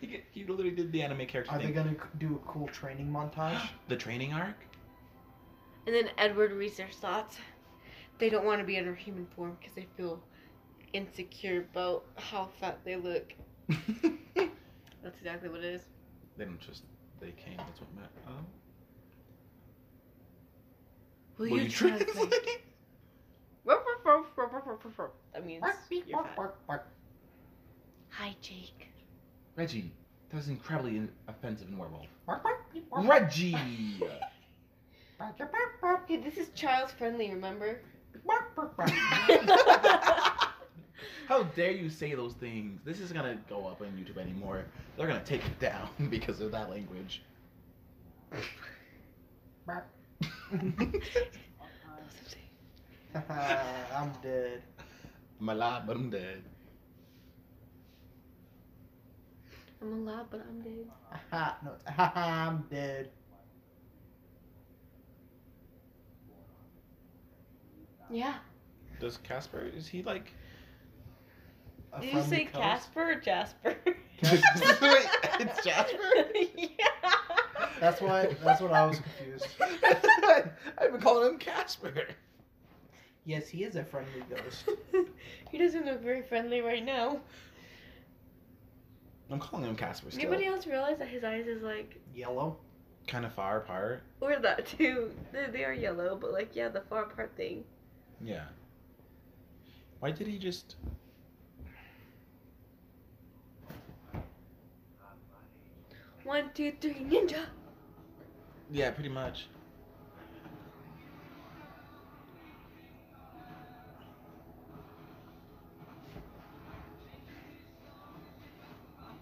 He, get- he literally did the anime character Are they thing. gonna c- do a cool training montage? the training arc? and then Edward reads their thoughts. They don't want to be in their human form because they feel insecure about how fat they look. they That's exactly what it is. don't just. They came. That's what meant. Oh. Will, you, translate? that means you're fat. Hi, Jake. Reggie. That was incredibly in- offensive and werewolf. Reggie. Hey, this is child friendly, remember? How dare you say those things? This isn't gonna go up on YouTube anymore. They're gonna take it down because of that language. I'm dead. I'm alive, but I'm dead. I'm alive, but I'm dead. no, it's, I'm dead. Yeah. Does Casper? Is he like? A Did you friendly say coast. Casper or Jasper? Wait, it's Jasper. yeah. That's why. That's what I was confused. I've been calling him Casper. Yes, he is a friendly ghost. he doesn't look very friendly right now. I'm calling him Casper still. Anybody else realize that his eyes is like, Yellow. Kind of far apart. or that too? They, they are yellow, but like, yeah, the far apart thing. Yeah. Why did he just? One, two, three, ninja. Yeah, pretty much.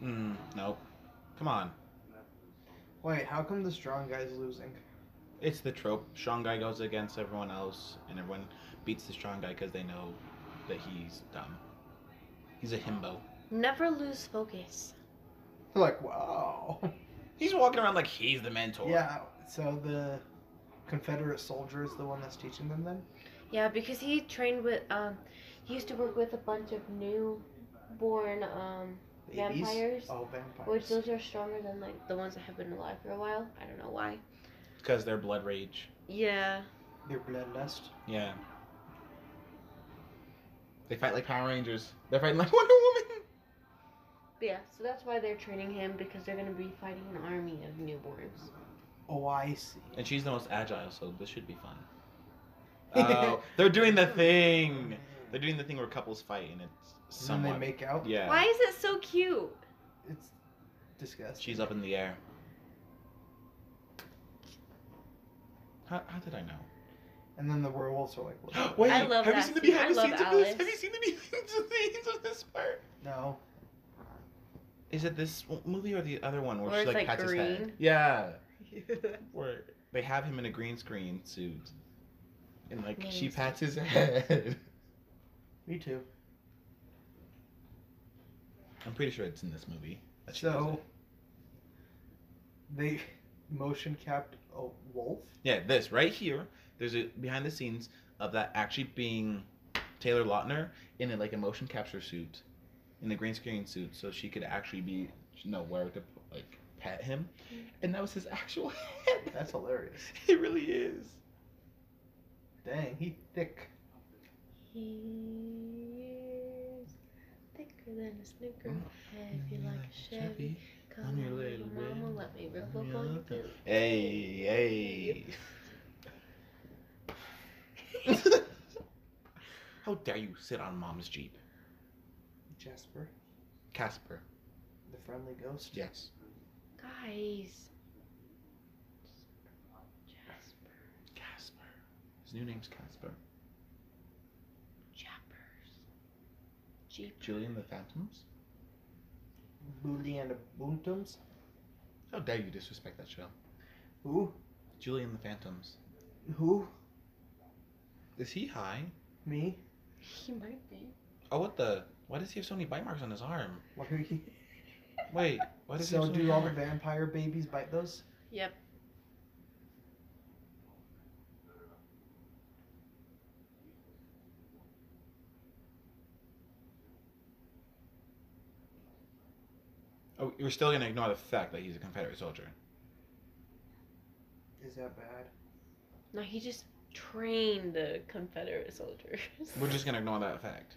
Mm, nope. Come on. Wait, how come the strong guy's losing? It's the trope. Strong guy goes against everyone else, and everyone beats the strong guy because they know that he's dumb. He's a himbo. Never lose focus. They're like, wow. He's walking around like he's the mentor. Yeah. So the Confederate soldier is the one that's teaching them then. Yeah, because he trained with um, He used to work with a bunch of newborn um, Babies? vampires, Oh, vampires. which those are stronger than like the ones that have been alive for a while. I don't know why. Because they're blood rage. Yeah. They're bloodlust. Yeah. They fight like Power Rangers. They're fighting like Wonder Woman. But yeah, so that's why they're training him because they're gonna be fighting an army of newborns. Oh, I see. And she's the most agile, so this should be fun. Oh, they're doing the thing. They're doing the thing where couples fight, and it's And then somewhat. they make out. yeah. Why is it so cute? It's disgusting. She's up in the air. How, how did I know? And then the werewolves are like, what? Wait, I love have you that seen the scene. I behind the love scenes of this? Have you Alice. seen the behind the scenes of this part? No. Is it this w- movie or the other one where Where she it's, like, like, pats his head? green? Yeah. where they have him in a green screen suit, and like Yeah, she it's- pats his head. Me too. I'm pretty sure it's in this movie. that she does so it. they motion capped a wolf. yeah, this right here. There's a behind the scenes of that actually being Taylor Lautner in a, like a motion capture suit, in a green screen suit, so she could actually be know where to like pat him, Mm-hmm. and that was his actual head. That's hilarious. it really is. Dang, he thick. He's thicker than a snicker. Oh. Heavy like a Chevy. Come I'm your on, little little mama, red let me rub I'm your up on your little- belly. Hey, hey. How dare you sit on mom's Jeep? Jasper, Casper. the friendly ghost. Yes. Guys. Jasper. Casper. His new name's Casper. Jappers. Jeep. Julian the Phantoms? Booty and the Boontums. How dare you disrespect that show? Who? Julian the Phantoms. Who? Is he high? Me? He might be. Oh, what the? Why does he have so many bite marks on his arm? Why are you- Wait, why does he So have so many do all the bite marks? vampire babies bite those? Yep. Oh, you're still gonna ignore the fact that he's a Confederate soldier. Is that bad? No, he just trained the Confederate soldiers. We're just gonna ignore that fact.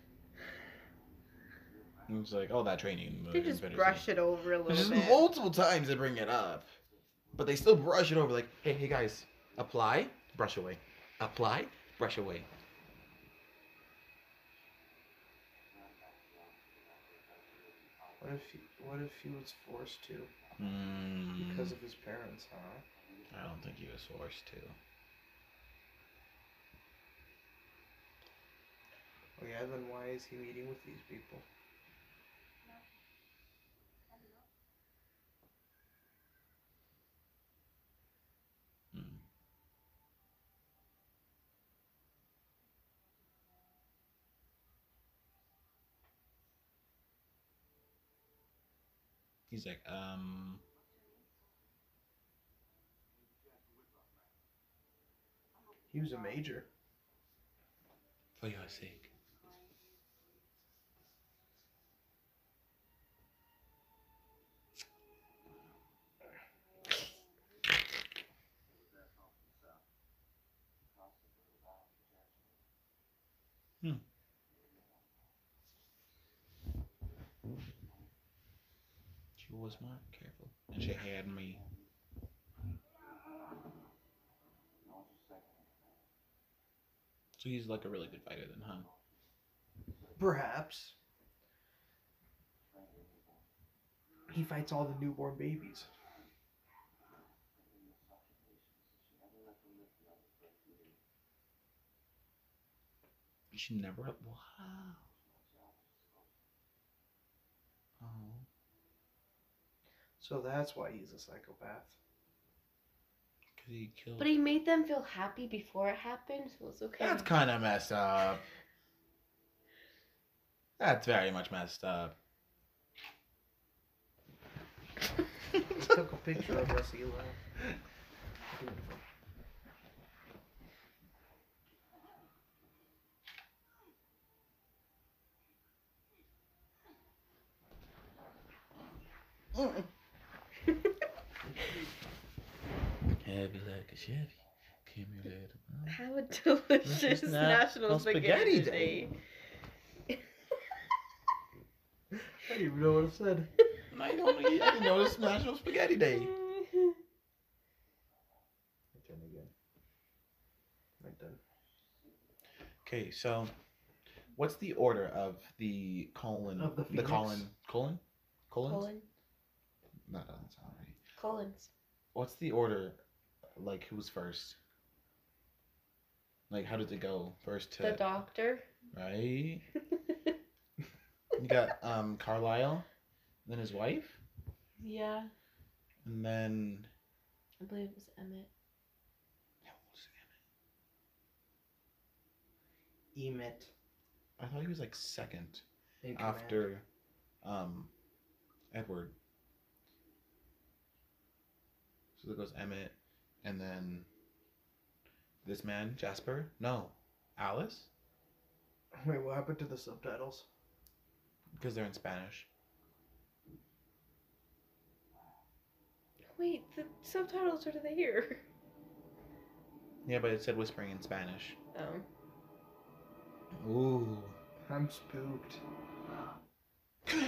And It's like, oh, that training. They just brush it over a There's little just bit. multiple times they bring it up, but they still brush it over. Like, hey, hey guys, apply, brush away, apply, brush away. What if he, what if he was forced to Mm, because of his parents, huh? I don't think he was forced to. Oh yeah, then why is he meeting with these people? Mm. He's like, um. He was a major. For your sake. Hmm. She was not careful. And she had me. So he's like a really good fighter then, huh? Perhaps. He fights all the newborn babies. She never. Wow. Oh. So that's why he's a psychopath. Because he killed. But he made them feel happy before it happened, so it's okay. That's kind of messed up. That's very much messed up. He took a picture of us, Eli. Heavy like a Chevy. Came here later. Have a delicious na- National no spaghetti Spaghetti, Day. I don't even know what I said. I don't know. I didn't know it's National Spaghetti Day. My turn again. My turn. Okay, so what's the order of the colon? Of the the phoenix? colon. Colon? Colons? Colon. No, that doesn't sound right. Collins. What's the order? Like, who's first? Like, how does it go? First to. The doctor. Right? You got um Carlisle, then his wife, yeah, and then. I believe it was Emmett. Emit. I thought he was like second in command. after um Edward. So there goes Emmett and then this man, Jasper? No. Alice? Wait, what happened to the subtitles? Because they're in Spanish. Wait, the subtitles are there. Yeah, but it said whispering in Spanish. Um, Ooh. I'm spooked. what is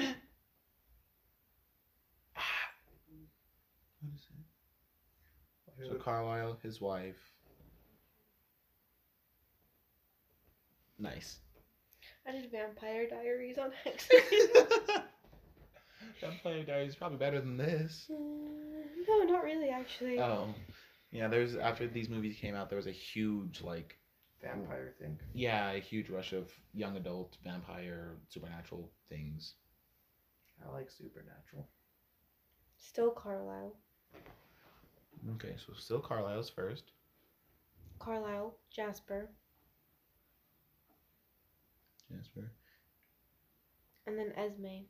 it? So Carlisle, his wife. Nice. I did Vampire Diaries on accident. Vampire Diaries is probably better than this. Uh, no, not really, actually. Oh, yeah. There's after these movies came out, there was a huge like Vampire thing. yeah, a huge rush of young adult vampire supernatural things. I like supernatural. Still Carlisle. Okay, so still Carlisle's first. Carlisle, Jasper, Jasper, and then Esme,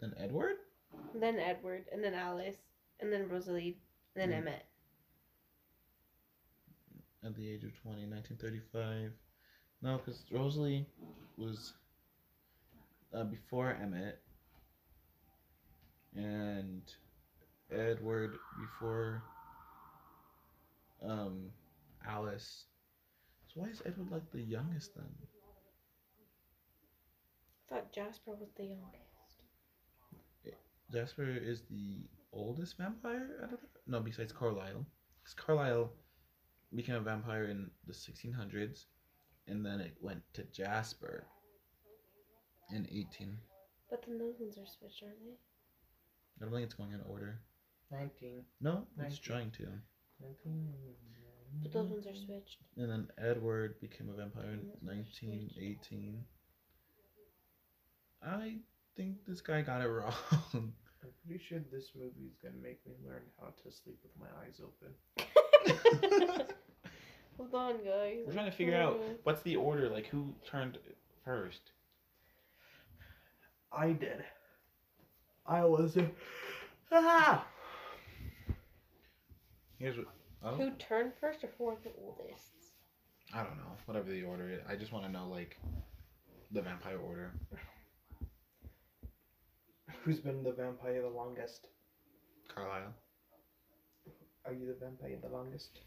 then Edward. then Edward, and then Alice, and then Rosalie, and then Mm. Emmett. at the age of 20, 1935. No, because Rosalie was uh, before Emmett, and Edward before um, Alice. So why is Edward like the youngest then? I thought Jasper was the youngest. Jasper is the oldest vampire out of the, no, besides Carlisle, because Carlisle became a vampire in the 1600s, and then it went to Jasper in 18. But then those ones are switched, aren't they? I don't think it's going in order. 19. No, it's Nineteen. trying to. 19. But those ones are switched. And then Edward became a vampire in That's 1918. I think this guy got it wrong. I'm pretty sure this movie is gonna make me learn how to sleep with my eyes open. Hold on, guys. We're trying to figure out Hmm. what's the order, like who turned first. I did. I was. Ah! Here's what. Oh. who turned first or who are the oldest. I don't know. Whatever the order is. I just want to know, like, the vampire order. Who's been the vampire the longest? Carlisle. Are you the vampire the longest?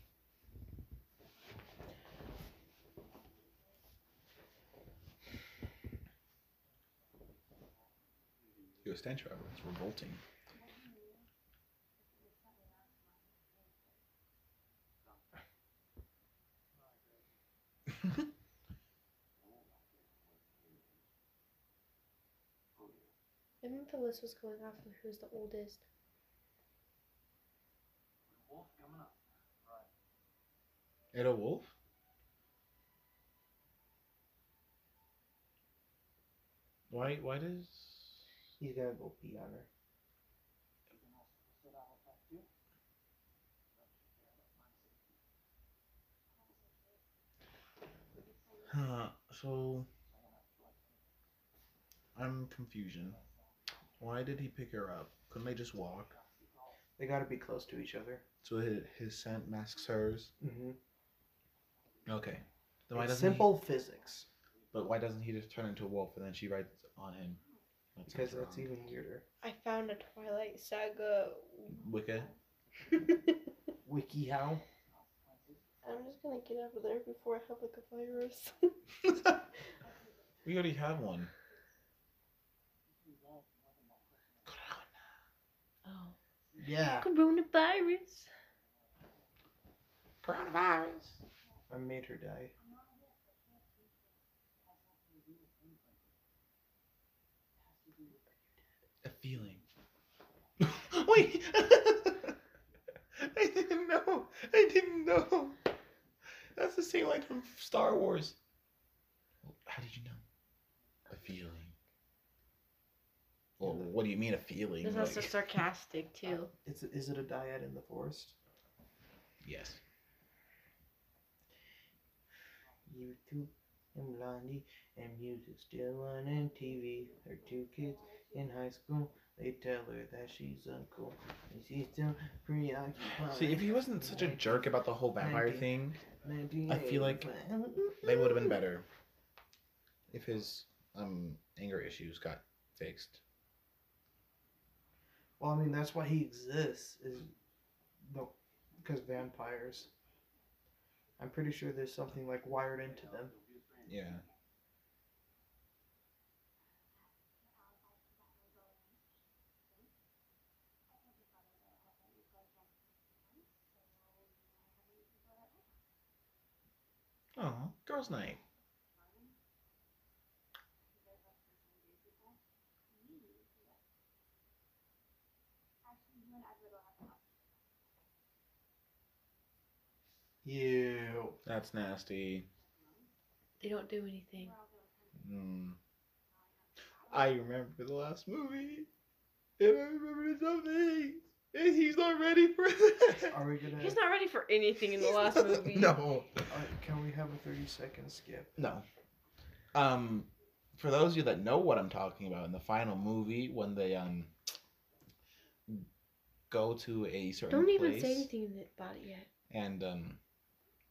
You a stench traveler. It's revolting. I think the list was going off of who's the oldest. Ada Wolf? Why, why does. He's gonna go pee on her. Huh, so. I'm confusion. Why did he pick her up? Couldn't they just walk? They gotta be close to each other. So his, his scent masks hers? Mm-hmm. Okay. Then why doesn't he- simple physics. But why doesn't he just turn into a wolf and then she rides on him? That because sounds that's wrong. even weirder. I found a Twilight Saga. Wicca. I'm Wiki how? just gonna get out of there before I have like a virus. we already have one. oh. Yeah. Coronavirus. Coronavirus. I made her die. A feeling. Wait. I didn't know. I didn't know. That's the same line from Star Wars. How did you know? A feeling. Well, what do you mean a feeling? This Like- also sarcastic too. It's is it a dyad in the forest? yes. You two and Blondie and music still on MTV. Her two kids in high school. They tell her that she's uncool. And she's still preoccupied. See, if he wasn't such a jerk about the whole vampire thing, Nineteen I feel like eighty-five. they would have been better. If his um anger issues got fixed. Well, I mean, that's why he exists is the because vampires. I'm pretty sure there's something like wired into them. Yeah. Oh, girls' night. You. That's nasty. They don't do anything. Mm. I remember the last movie, and I remember something. And he's not ready for that. Are we gonna? He's not ready for anything in the He's last not- movie. No. uh, can we have a 30 second skip? No. Um, for those of you that know what I'm talking about, in the final movie, when they um go to a certain Don't even place say anything about it yet. and um,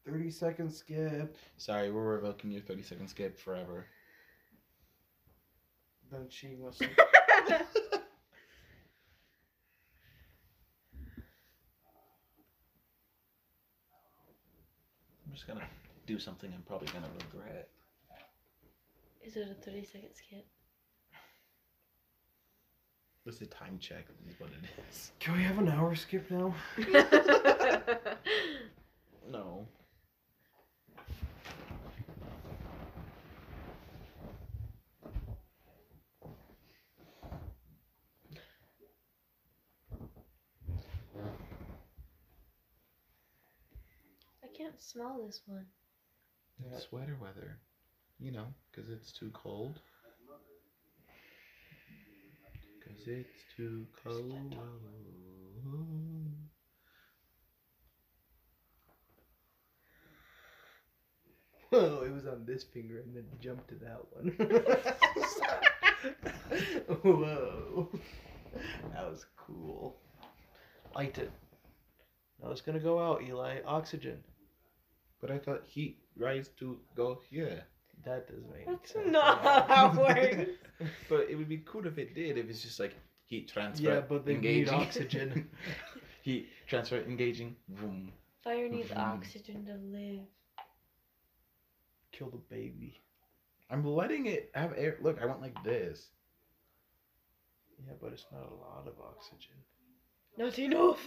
30 second skip. sorry, we're revoking your 30 second skip forever. Then she must. I'm just gonna do something I'm probably gonna regret. Is it a 30 second skip? It's a time check, is what it is. Can we have an hour skip now? No. I can't smell this one. Yeah. Sweater weather. You know, because it's too cold. Because it's too cold. Whoa, Oh, it was on this finger and then jumped to that one. Whoa. That was cool. Liked it. Now it's gonna go out, Eli. Oxygen. But I thought heat rise to go here. That doesn't make That's sense. not how it works. But it would be cool if it did, if it's just like heat transfer. Yeah, but they need oxygen. heat transfer engaging. Vroom. Fire needs Mhm. oxygen to live. Kill the baby. I'm letting it have air. Look, I went like this. Yeah, but it's not a lot of oxygen. Not enough.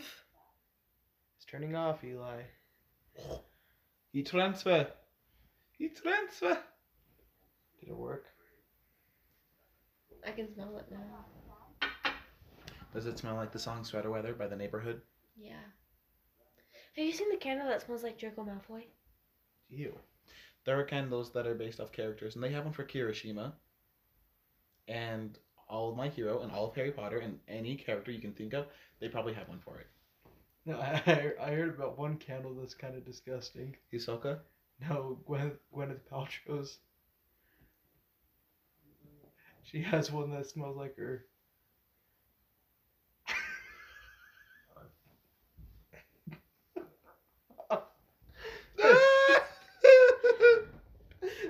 It's turning off, Eli. Heat transfer. Heat transfer. Did it work? I can smell it now. Does it smell like the song Sweater Weather by the neighborhood? Yeah. Have you seen the candle that smells like Draco Malfoy? Ew. There are candles that are based off characters, and they have one for Kirishima, and all of My Hero, and all of Harry Potter, and any character you can think of, they probably have one for it. No, I, I- I heard about one candle that's kind of disgusting. Hisoka? No, Gwyneth, Gwyneth Paltrow's. She has one that smells like her.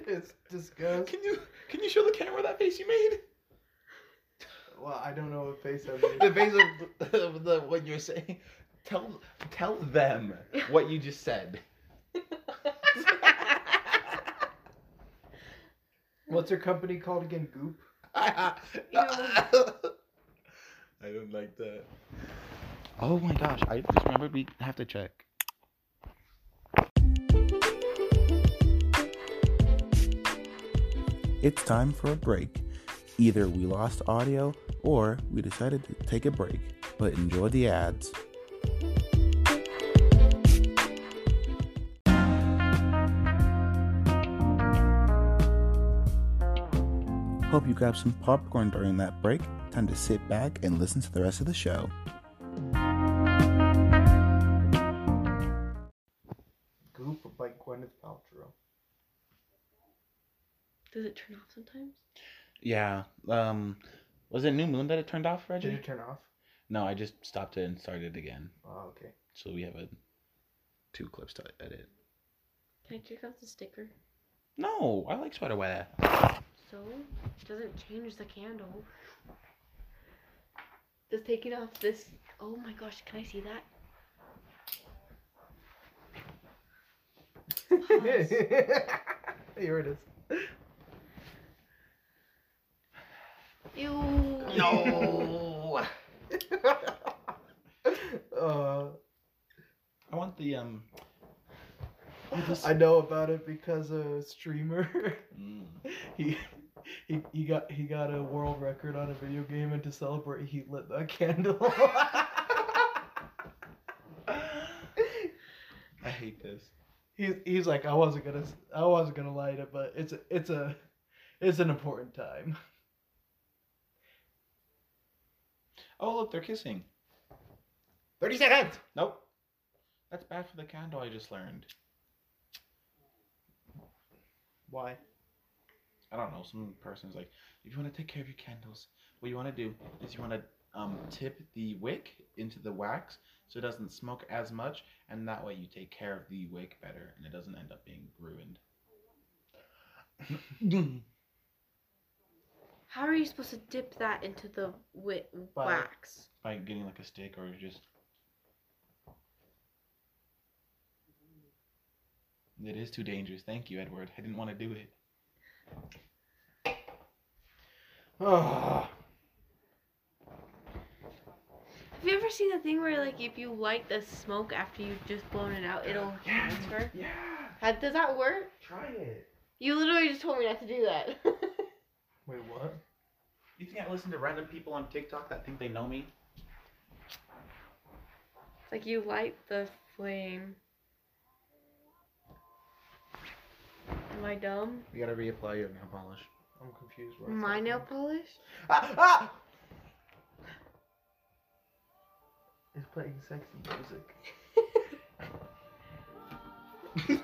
it's disgusting. you can you show the camera that face you made? face of the it. face of, of the what you're saying. Tell tell them what you just said. What's her company called again? Goop. I don't like that. Oh my gosh! I just remembered we have to check. it's time for a break. Either we lost audio or we decided to take a break, but enjoy the ads. Hope you grabbed some popcorn during that break. Time to sit back and listen to the rest of the show. Goop by Gwyneth Paltrow. Does it turn off sometimes? Yeah. Um, was it New Moon that it turned off, Did Reggie? it turn off? No, I just stopped it and started again. Oh, okay. So we have a two clips to edit. Can I take off the sticker? No, I like sweater weather. So it doesn't change the candle. Just taking off this. Oh my gosh! Can I see that? Here it is. Ew. No. uh, I want the um. I know about it because a streamer Mm. he, he he got he got a world record on a video game and to celebrate he lit that candle. I hate this. he's he's like I wasn't gonna s- I wasn't gonna light it, but it's a, it's a it's an important time. Oh look, they're kissing. Thirty seconds. Nope. That's bad for the candle. I just learned. Why? I don't know. Some person's like, if you want to take care of your candles, what you want to do is you want to um, tip the wick into the wax so it doesn't smoke as much, and that way you take care of the wick better and it doesn't end up being ruined. How are you supposed to dip that into the wi- By- wax? By getting like a stick or just. It is too dangerous. Thank you, Edward. I didn't want to do it. Oh, Have you ever seen that thing where like if you light the smoke after you've just blown it out, it'll transfer? yeah, How, does that work? try it. You literally just told me not to do that. Wait, what? You think I listen to random people on TikTok that think they know me? it's like you light the flame. Am I dumb? You gotta reapply your nail polish. I'm confused. where I My saw nail that. polish? Ah, ah! It's playing sexy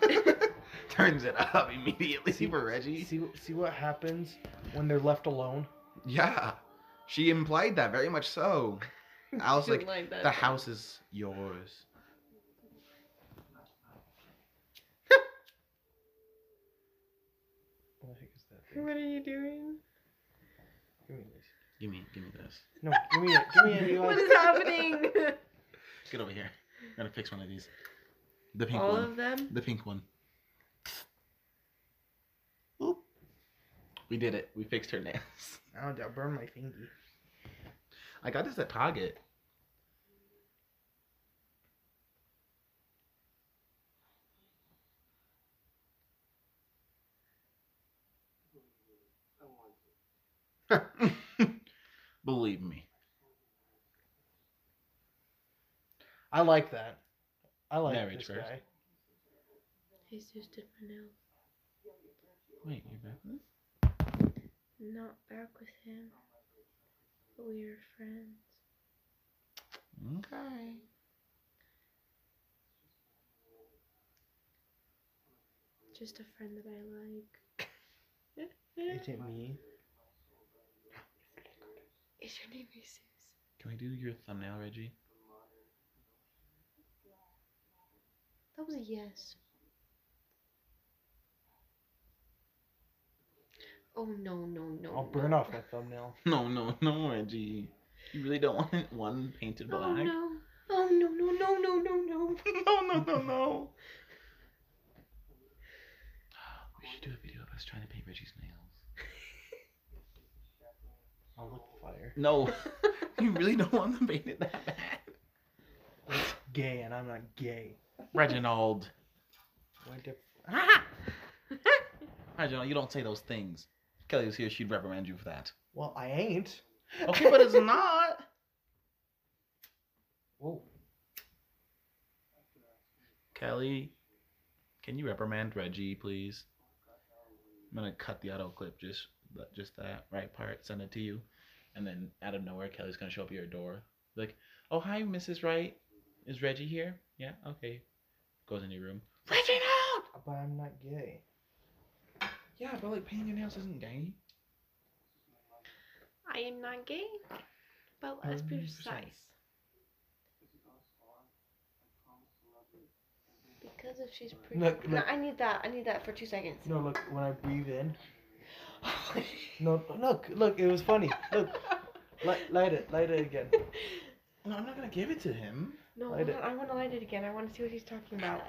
music. ah! Turns it up immediately for Reggie. See, see what happens when they're left alone. Yeah, she implied that very much so. I was like, Shouldn't light that. the house is yours. What the heck is that? Thing? What are you doing? Give me this. Give me, give me this. No, give me it. Give me it. What Eli. is happening? Get over here. I'm gonna fix one of these. The pink All one. of them? The pink one. Oop. We did it. We fixed her nails. Ow, that burned my finger. I got this at Target. Believe me. I like that. I like Marriage this first. guy. He's just did my nail. Wait, you're back with us? Not back with him. But we were friends. Hmm? Okay. Just a friend that I like. Is it me? Is your name Jesus? Can we do your thumbnail, Reggie? That was a yes. Oh no no no. I'll burn no. Oh, off my thumbnail. No, no, no, Reggie. You really don't want it one painted Oh black? no. Oh no no no no no no. no, no, no, no. We should do a video of us trying to paint Reggie's nails. I'll look the fire. No, you really don't want them painted that bad. It's gay, and I'm not gay. Reginald. What Ah! the Reginald, you don't say those things. If Kelly was here, she'd reprimand you for that. Well, I ain't. Okay, but it's not. Whoa. Kelly, can you reprimand Reggie, please? I'm gonna cut the auto clip, just but just that right part, send it to you, and then out of nowhere, Kelly's gonna show up at your door, like, "Oh hi, Mrs. Wright, is Reggie here? Yeah, okay." Goes in your room. Reggie out. But I'm not gay. Yeah, but like painting your nails isn't gay. I am not gay, but let's be 100%. precise. Because if she's pretty, Look, No, look. I need that. I need that for two seconds. No, look. When I breathe in. No, look, look. It was funny. Look, light, light it, light it again. No, I'm not gonna give it to him. no, Light hold it. on, I want to light it again. I want to see what he's talking about.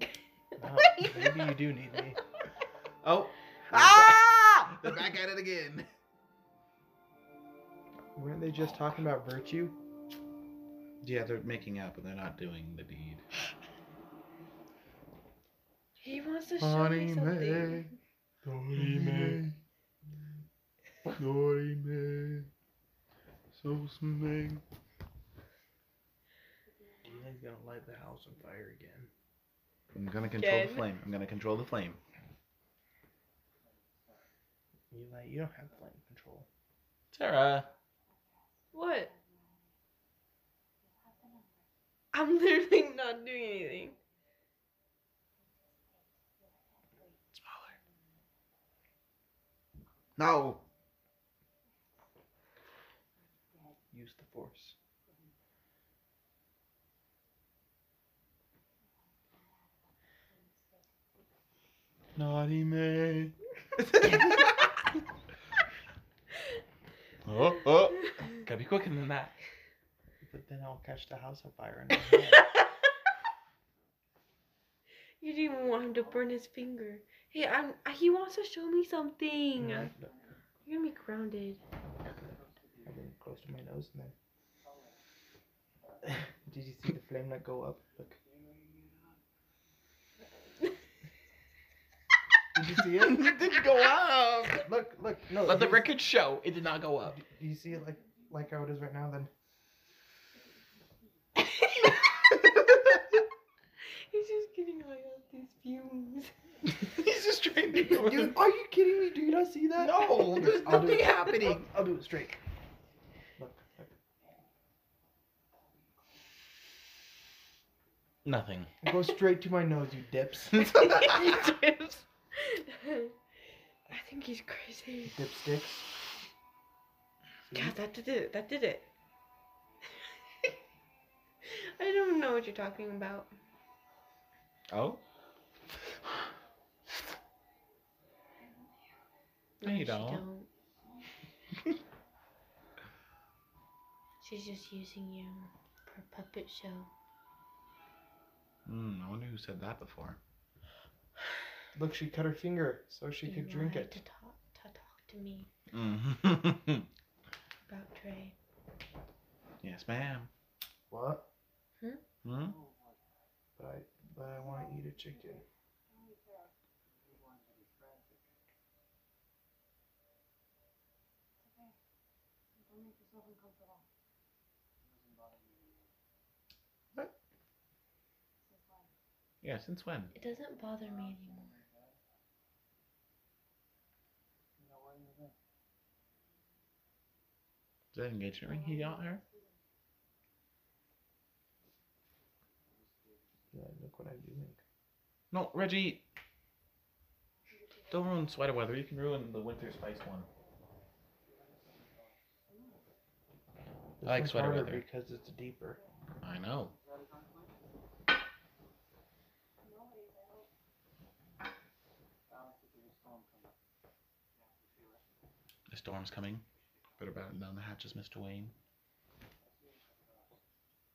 Wow, Wait. maybe you do need me. Oh. Ah! They're back at it again. Weren't they just talking about virtue? Yeah, they're making out, but they're not doing the deed. He wants to show me something. Dorime. Dorime. So He's gonna light the house on fire again. I'm gonna control the Again. flame. I'm gonna control the flame. You like, you don't have flame control. Sarah. What? I'm literally not doing anything. Smaller. No. Use the force. Naughty me. Uh, oh, oh. Gotta be quicker than that. But then I'll catch the house on fire. And I'll die. You didn't even want him to burn his finger. Hey, I'm. He wants to show me something. Look, look, You're gonna be grounded. I bring it close to my nose and then. Did you see the flame not go up? Look. Did you see it? it didn't go up. Look, look, no. Let the here's- record show. It did not go up. Do you see it like like how it is right now? Then He's just getting high off these fumes. He's just trying to Dude, are you kidding me? Do you not see that? No, there's I'll do nothing it. happening. I'll, I'll do it straight. Look, look. Nothing. Go straight to my nose, you dips. Dips. I think he's crazy. Dipsticks. God, that did it. That did it. I don't know what you're talking about. Oh? No, you she don't. She's just using you for a puppet show. Mm, I wonder who said that before. Look, she cut her finger so she You could drink wanted it. To talk, to talk to me Mm. about Trey. yes, ma'am. What? Hmm? But I but I want to eat a chicken. Yeah, since when? It doesn't bother me anymore. Is that engagement ring he got her? Yeah, look what I'm doing. No, Reggie. Don't ruin sweater weather. You can ruin the winter spice one. This like one's sweater harder weather. because it's deeper. I know. storm's coming. Better batten down the hatches, Mr. Wayne.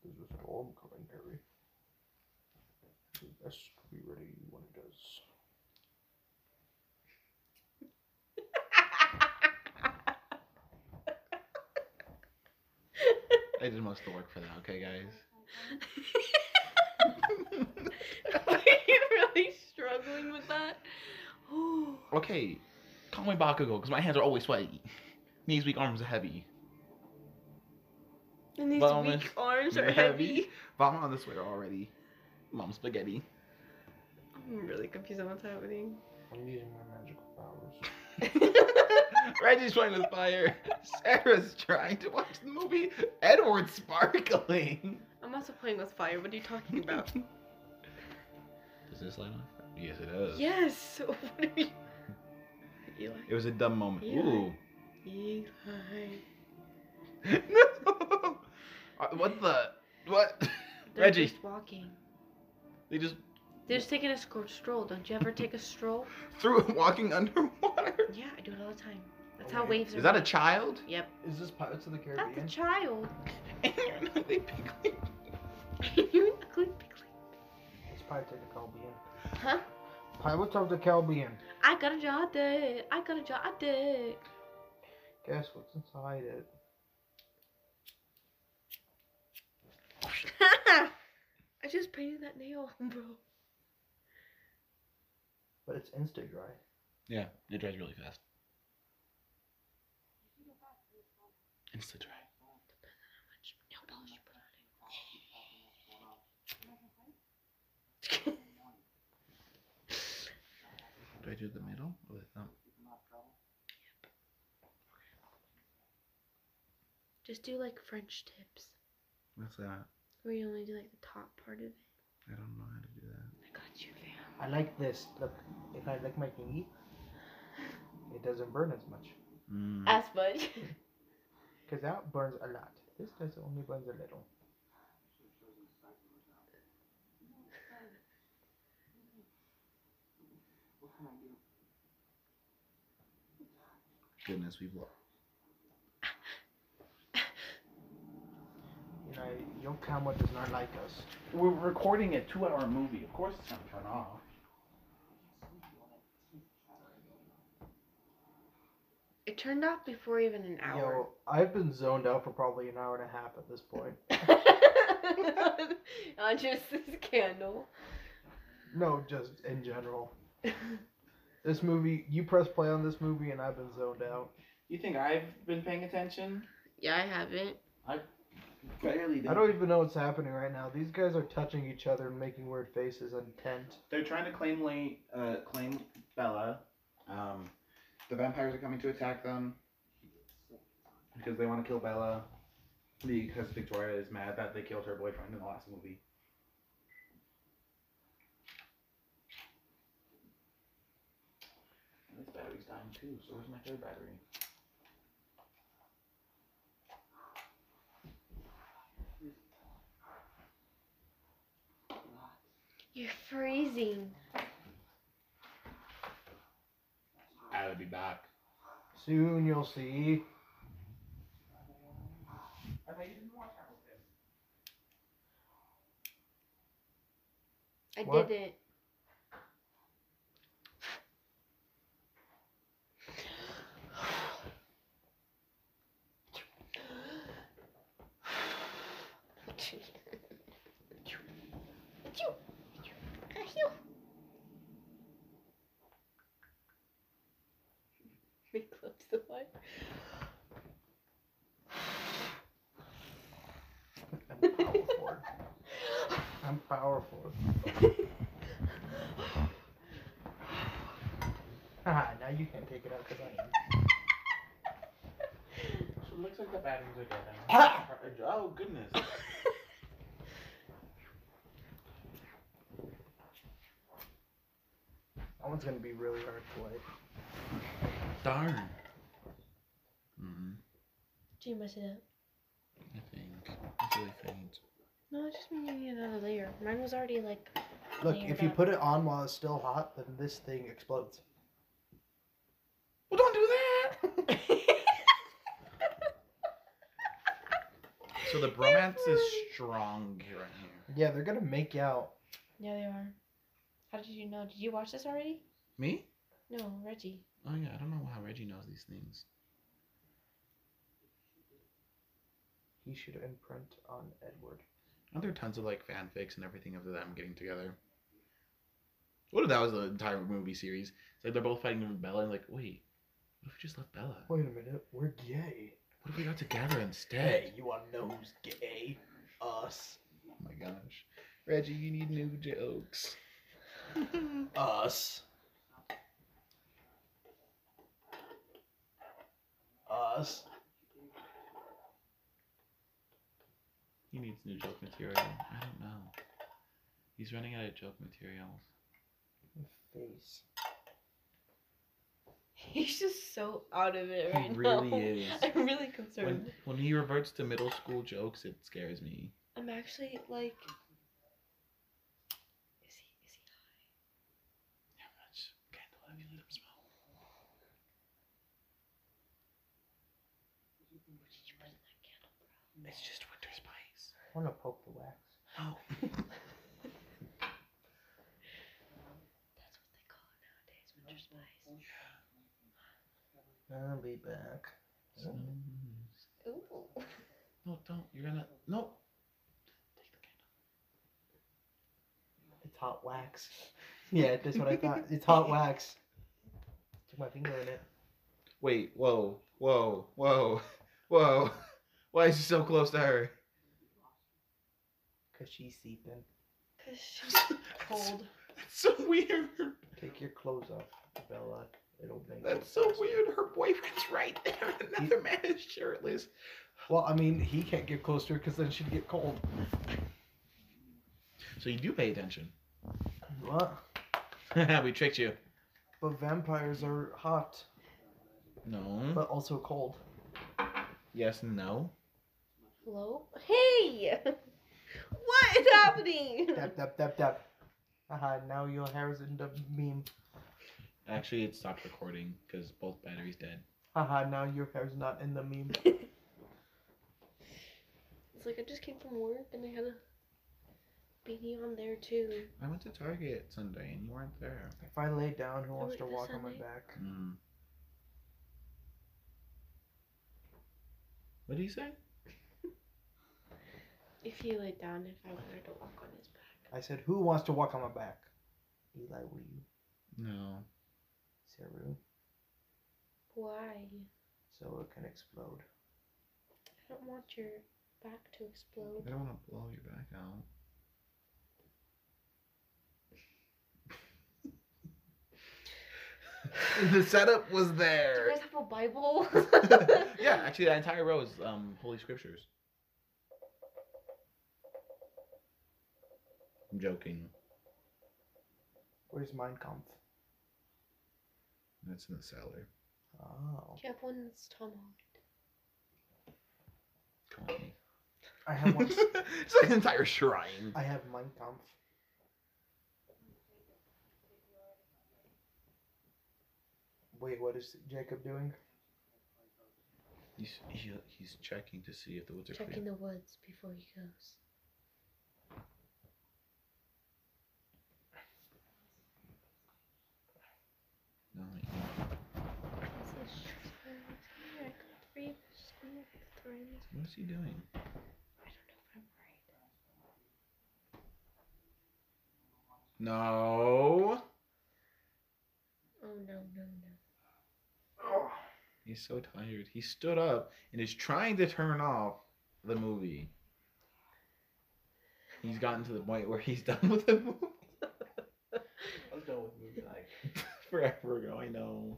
This is a home commentary. Best be ready when it does. I did most of the work for that, okay, guys? Are you really struggling with that? Ooh. Okay, call me Bakugo, because my hands are always sweaty. Knees weak, arms are heavy. And these Well, weak miss- arms are They're heavy. But I'm on this way already. Mom spaghetti. I'm really confused on what's happening. I'm using my magical powers. Reggie's trying to fire. Sarah's trying to watch the movie. Edward's sparkling. I'm also playing with fire. What are you talking about? Is this light on? Yes, it is. yes. What are you? Eli. It was a dumb moment. Yeah. Ooh. Eli. no. Uh, What the? What? They're Reggie. just walking. They just They're just taking a sc- stroll. Don't you ever take a stroll? threw him walking underwater. Yeah, I do it all the time. That's how Okay. waves are. Is that a made. child? Yep. Is this Pirates of the That's a Caribbean? child. they pickly. You ugly pickly. It's Pirates of the Caribbean. Huh? Pirates of the Caribbean. I got a job there. I got a job there. Guess what's inside it? I just painted that nail, bro. But it's insta dry. Yeah, it dries really fast. Insta dry. Much nail polish you put on it. Do I do the middle Oh, or the thumb? Just do like French tips, What's that? where you only do like the top part of it. I don't know how to do that. I got you, fam. I like this. Look, if I lick my knee, it doesn't burn as much. Mm. As much. Because that burns a lot. This does only burns a little. Goodness, we've lost. You know, your camera does not like us. We're recording a two-hour movie. Of course, it's gonna turn off. It turned off before even an hour. Yo, I've been zoned out for probably an hour and a half at this point. on just this candle. No, just in general. This movie, you press play on this movie and I've been zoned out. You think I've been paying attention? yeah, I haven't. Barely. I don't even know what's happening right now. These guys are touching each other and making weird faces and tent. They're trying to claim Lane, uh, claim Bella. Um, the vampires are coming to attack them because they want to kill Bella because Victoria is mad that they killed her boyfriend in the last movie. And This battery's dying too, so where's my third battery? You're freezing. I'll be back. Soon you'll see. I What? didn't. We close the light. I'm powerful. I'm powerful. Haha, now you can't take it out because I am. So it looks like the batteries are dead. Oh goodness. That one's gonna be really hard to play. Darn. Mm-hmm. Did you mess it up? I think. It's really faint. No, it just mean you need another layer. Mine was already like. Look, layered if you up. put it on while it's still hot, then this thing explodes. Well, don't do that! So the bromance is strong right here. Yeah, they're gonna make out. Yeah, they are. How did you know? Did you watch this already? Me? No, Reggie. Oh yeah, I don't know how Reggie knows these things. He should imprint on Edward. Aren't there tons of like fanfics and everything of them getting together? What if that was the entire movie series? It's like they're both fighting over Bella and like, wait, what if we just left Bella? Wait a minute, we're gay. What if we got together instead? you wanna know who's gay? Us. Oh my gosh. Reggie, you need new jokes. Us. Us. He needs new joke material. I don't know. He's running out of joke material. Face. He's just so out of it He right really now. is. I'm really concerned. When, when he reverts to middle school jokes, it scares me. I'm actually like. Is he? Is he? How much candle have you let him smell? What did you put in that candle, bro? It's just winter spice. I wanna poke the wax. No. That's what they call it nowadays, winter spice. I'll be back. Ooh. No, don't. You're gonna. No. Take the candle. It's hot wax. Yeah, that's what I thought. It's hot wax. Took my finger in it. Wait. Whoa. Whoa. Whoa. Whoa. Why is he so close to her? Cause she's seeping. Cause she's cold. That's so weird. Take your clothes off, Bella. It'll make That's it so faster. weird. Her boyfriend's right there. Another man is shirtless. Well, I mean, he can't get close to her because then she'd get cold. So you do pay attention. What? we tricked you. But vampires are hot, No. but also cold. yes and no. Hello? Hey! what is happening? Dap, dap, dap, dap. Haha, now your hair's in the meme. Actually, it stopped recording because both batteries dead. Haha, now your hair's not in the meme. It's like I just came from work and I had a beanie on there too. I went to Target Sunday and you weren't there. If I lay down, who wants wait, to that's walk on on my me. back? Mm. What do you say? If he laid down, if I wanted to walk on his back. I said, who wants to walk on my back? Eli, will you? No. Saru. Why? So it can explode. I don't want your back to I explode. don't want to blow your back out. the setup was Do you there. guys have a Bible? yeah, actually, that entire row is um, Holy Scriptures. I'm joking. Where's Mein Kampf? That's in the cellar. Oh. You have one that's Tom Holland. Come on. I have one. it's like an entire shrine. I have Mein Kampf. Wait, what is Jacob doing? He's, he, he's checking to see if the woods are Check clear. in the woods before he goes. No, like, what is he doing? No. Oh no no no! He's so tired. He stood up and is trying to turn off the movie. He's gotten to the point where he's done with the movie. I was done with movie night. Forever ago, I know.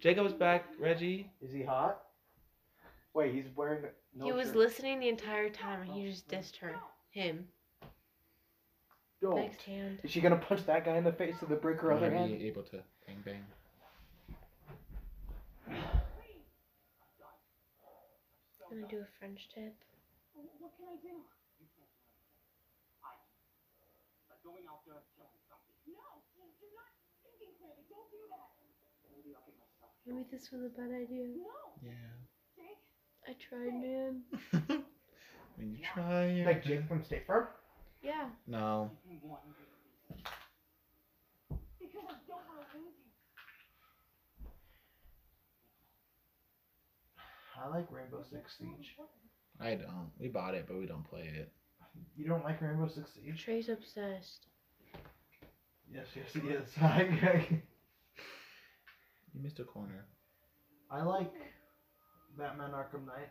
Jacob's back, Reggie. Is he hot? Wait, he's wearing no he was shirt. Oh, listening the entire time, and he just dissed her. Him. Don't. Next hand. Is she gonna punch that guy in the face with the break her other Wanna hand? be able to bang bang. Gonna do a French tip. Maybe this was a bad idea. Yeah. I tried, man. trying. Like Jake from State Farm? Yeah. No. I like Rainbow Six Siege. I don't. We bought it, but we don't play it. You don't like Rainbow Six Siege? Trey's obsessed. Yes, yes, yes. I, You missed a corner. I like Batman Arkham Knight.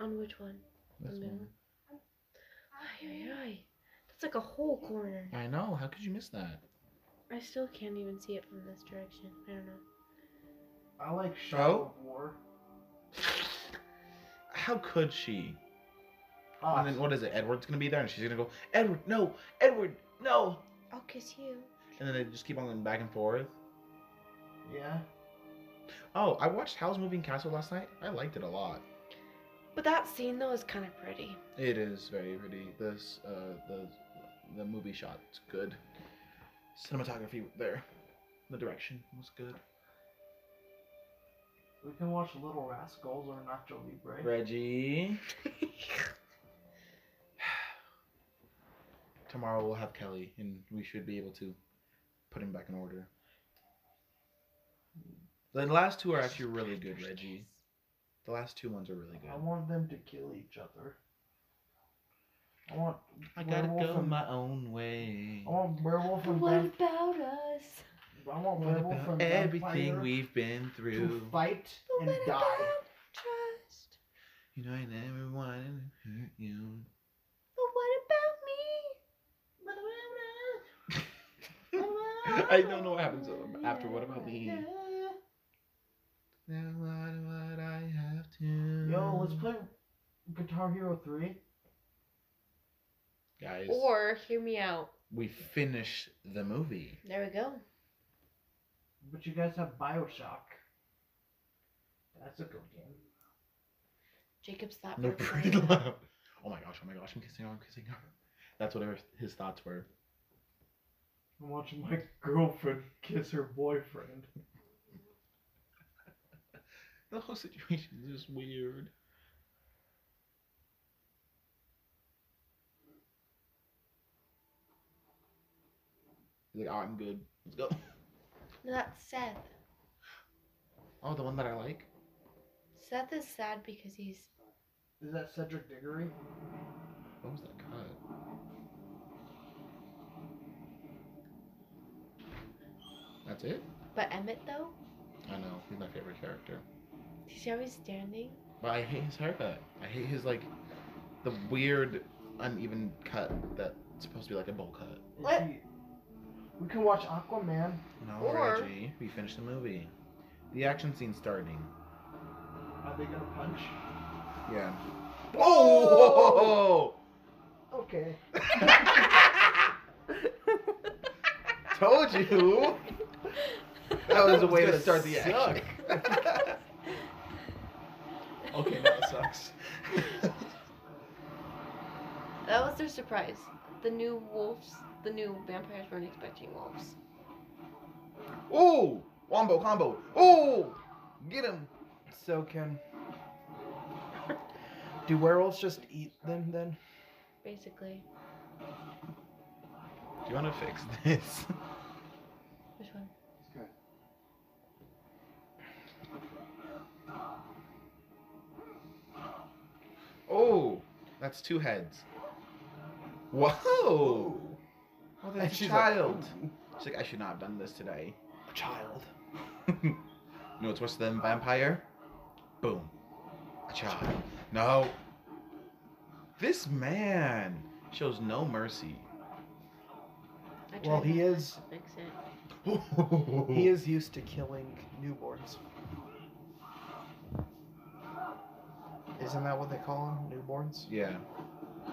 On which one? This The one. Ay, ay, ay. That's like a whole corner. I know. How could you miss that? I still can't even see it from this direction. I don't know. I like Oh. Shadow of War. How could she? Ah, And then what is it? Edward's gonna be there, and she's gonna go, Edward, no, Edward, no. I'll kiss you. And then they just keep on going back and forth. yeah. Oh, I watched Howl's Moving Castle last night. I liked it a lot. But that scene though is kind of pretty. It is very pretty. This, uh, the, the movie shot's good. Cinematography there, the direction was good. We can watch Little Rascals or Nacho Libre. Reggie. Tomorrow we'll have Kelly, and we should be able to put him back in order. The last two are actually really good, Reggie. The last two ones are really I good. want them to kill each other. I want. I gotta werewolf go and- my own way. I want werewolf and What vamp- about us? I want What werewolf about and everything vampire we've been to through? fight But and what die. about trust? You know I never wanted to hurt you. But what about me? I don't know what happens after. What about me? Now why do what I have to? Yo, let's play Guitar Hero Three. Guys, Or hear me out. we finish the movie. There we go. But you guys have Bioshock. That's a good game. Jacob's thought. No, process. pretty loud. Oh my gosh! Oh my gosh! I'm kissing her! I'm kissing her! That's whatever his thoughts were. I'm watching my girlfriend kiss her boyfriend. The whole situation is just weird. He's like, oh, I'm good. Let's go. No, that's Seth. Oh, the one that I like. Seth is sad because he's Is that Cedric Diggory? What was that cut? That's it. But Emmett though, I know he's my favorite character. do you see how he's standing? But I hate his haircut. I hate his like the weird uneven cut that's supposed to be like a bowl cut. Is What? he- We can watch Aquaman. No, Or- Reggie, we finished the movie. The action scene's starting. Are they gonna punch? Yeah. Whoa! Okay. Told you. That was a way to start the action. okay, that sucks. That was their surprise. The new wolves, the new vampires weren't expecting wolves. Ooh, wombo combo. Ooh, get him. So can. Do werewolves just eat them then? Basically, Do you want to fix this? which one? Oh, that's two heads. Whoa! Oh, And that's a she's like, child. she's like, I should not have done this today. A child. No, it's worse than vampire. Boom. A child. No. This man shows no mercy. I tried Well, he not to is- Fix it. He is used to killing newborns. Isn't that what they call them? Newborns? Yeah. Oh,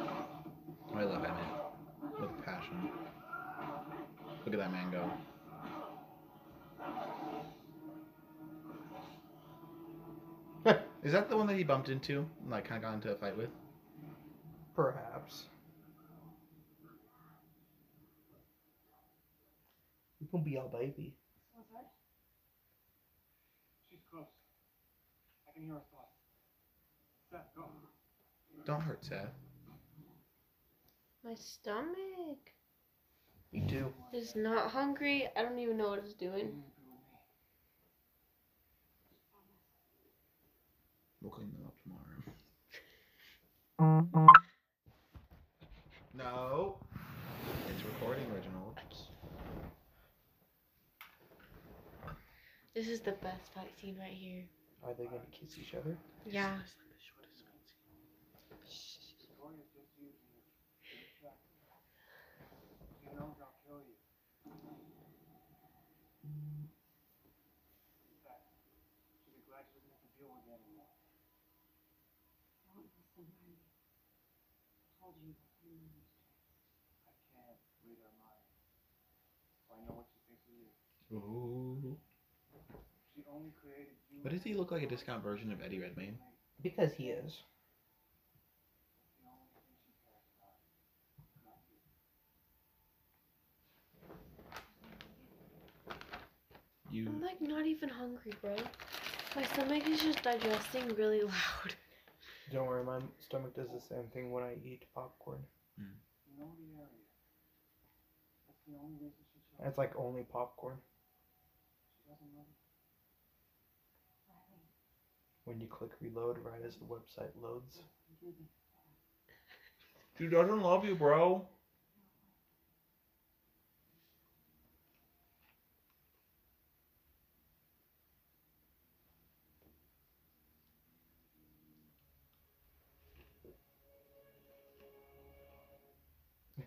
I love Emmett with passion. Look at that man go. Is that the one that he bumped into and like kind of got into a fight with? Perhaps. You can be our baby. She's close. I can hear her thoughts. Seth, go. Don't hurt Seth. My stomach Me too. is not hungry. I don't even know what it's doing. We'll clean that up tomorrow. No. It's recording, Reginald. This is the best fight scene right here. Are they gonna kiss each other? Yeah. Ooh. But does he look like a discount version of Eddie Redmayne? Because he is. You. I'm like not even hungry, bro. My stomach is just digesting really loud. Don't worry, my stomach does the same thing when I eat popcorn. That's like only popcorn. When you click reload right as the website loads. She doesn't love you, bro.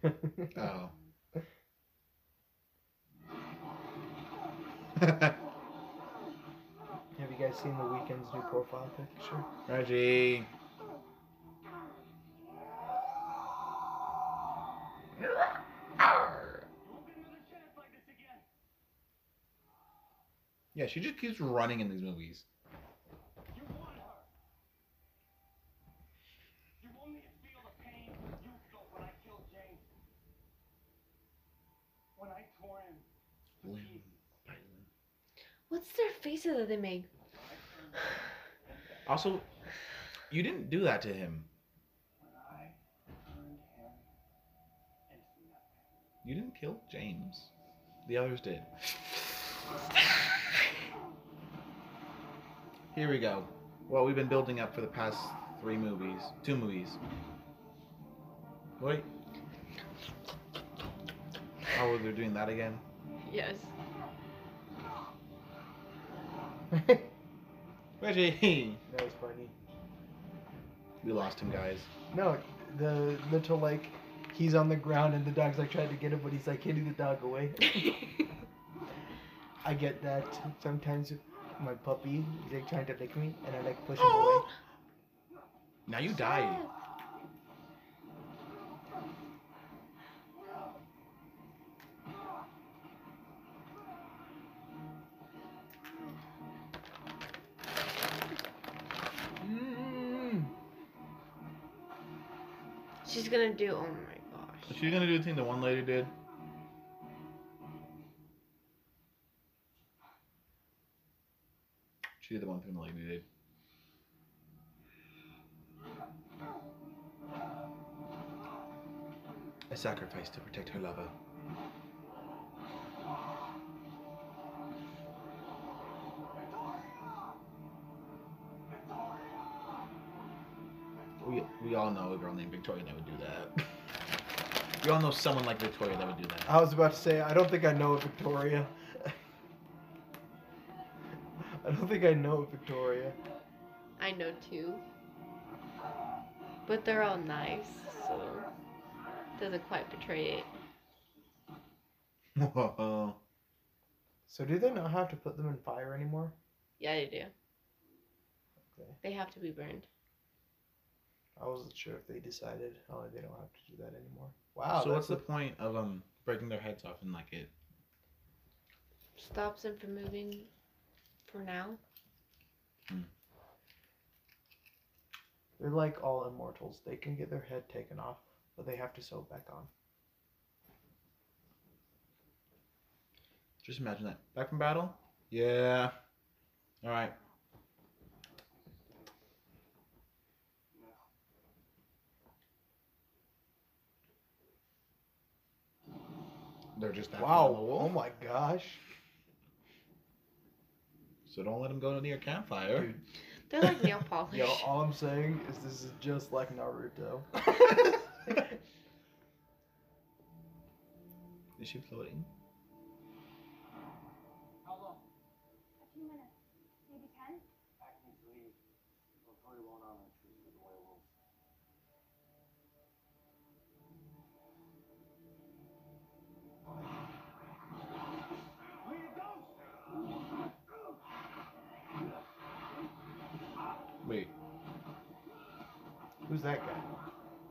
Oh. Oh. Have you guys seen The Weeknd's new profile picture? Reggie. Yeah, she just keeps running in these movies. What's their faces that they make? Also, you didn't do that to him. You didn't kill James. The others did. Here we go. Well, we've been building up for the past three movies, two movies. Wait. Oh, they're doing that again. Yes. Reggie. That was funny. We lost him, guys. No, the little like he's on the ground and the dog's like trying to get him, but he's like hitting the dog away. I get that sometimes. My puppy is like trying to lick me, and I like push him away. Now you died. Mm. She's gonna do. Oh my Is gosh. she gonna do the thing the one lady did? She did the one thing the lady did. A sacrifice to protect her lover. We, we all know a girl named Victoria that would do that. We all know someone like Victoria that would do that. I was about to say I don't think I know a Victoria. I don't think I know a Victoria. I know two. But they're all nice, so doesn't quite betray it. Whoa. So do they not have to put them in fire anymore? Yeah, they do. Okay. They have to be burned. I wasn't sure if they decided. Oh, they don't have to do that anymore. Wow. so what's the that's point of um breaking their heads off and like it? Stops them from moving for now. a- they're like all immortals. They can get their head taken off, but they have to sew it back on. Just imagine that. Back from battle. Yeah. All right. They're just that far on Wow. the Oh wall. my gosh. So don't let them go near a campfire. They're like nail polish. Yo, all I'm saying is this is just like Naruto. Is she floating? How long? A few minutes. Maybe ten? Acme leave. We'll probably won't honor the truth of the werewolves. Wait, Who's that guy?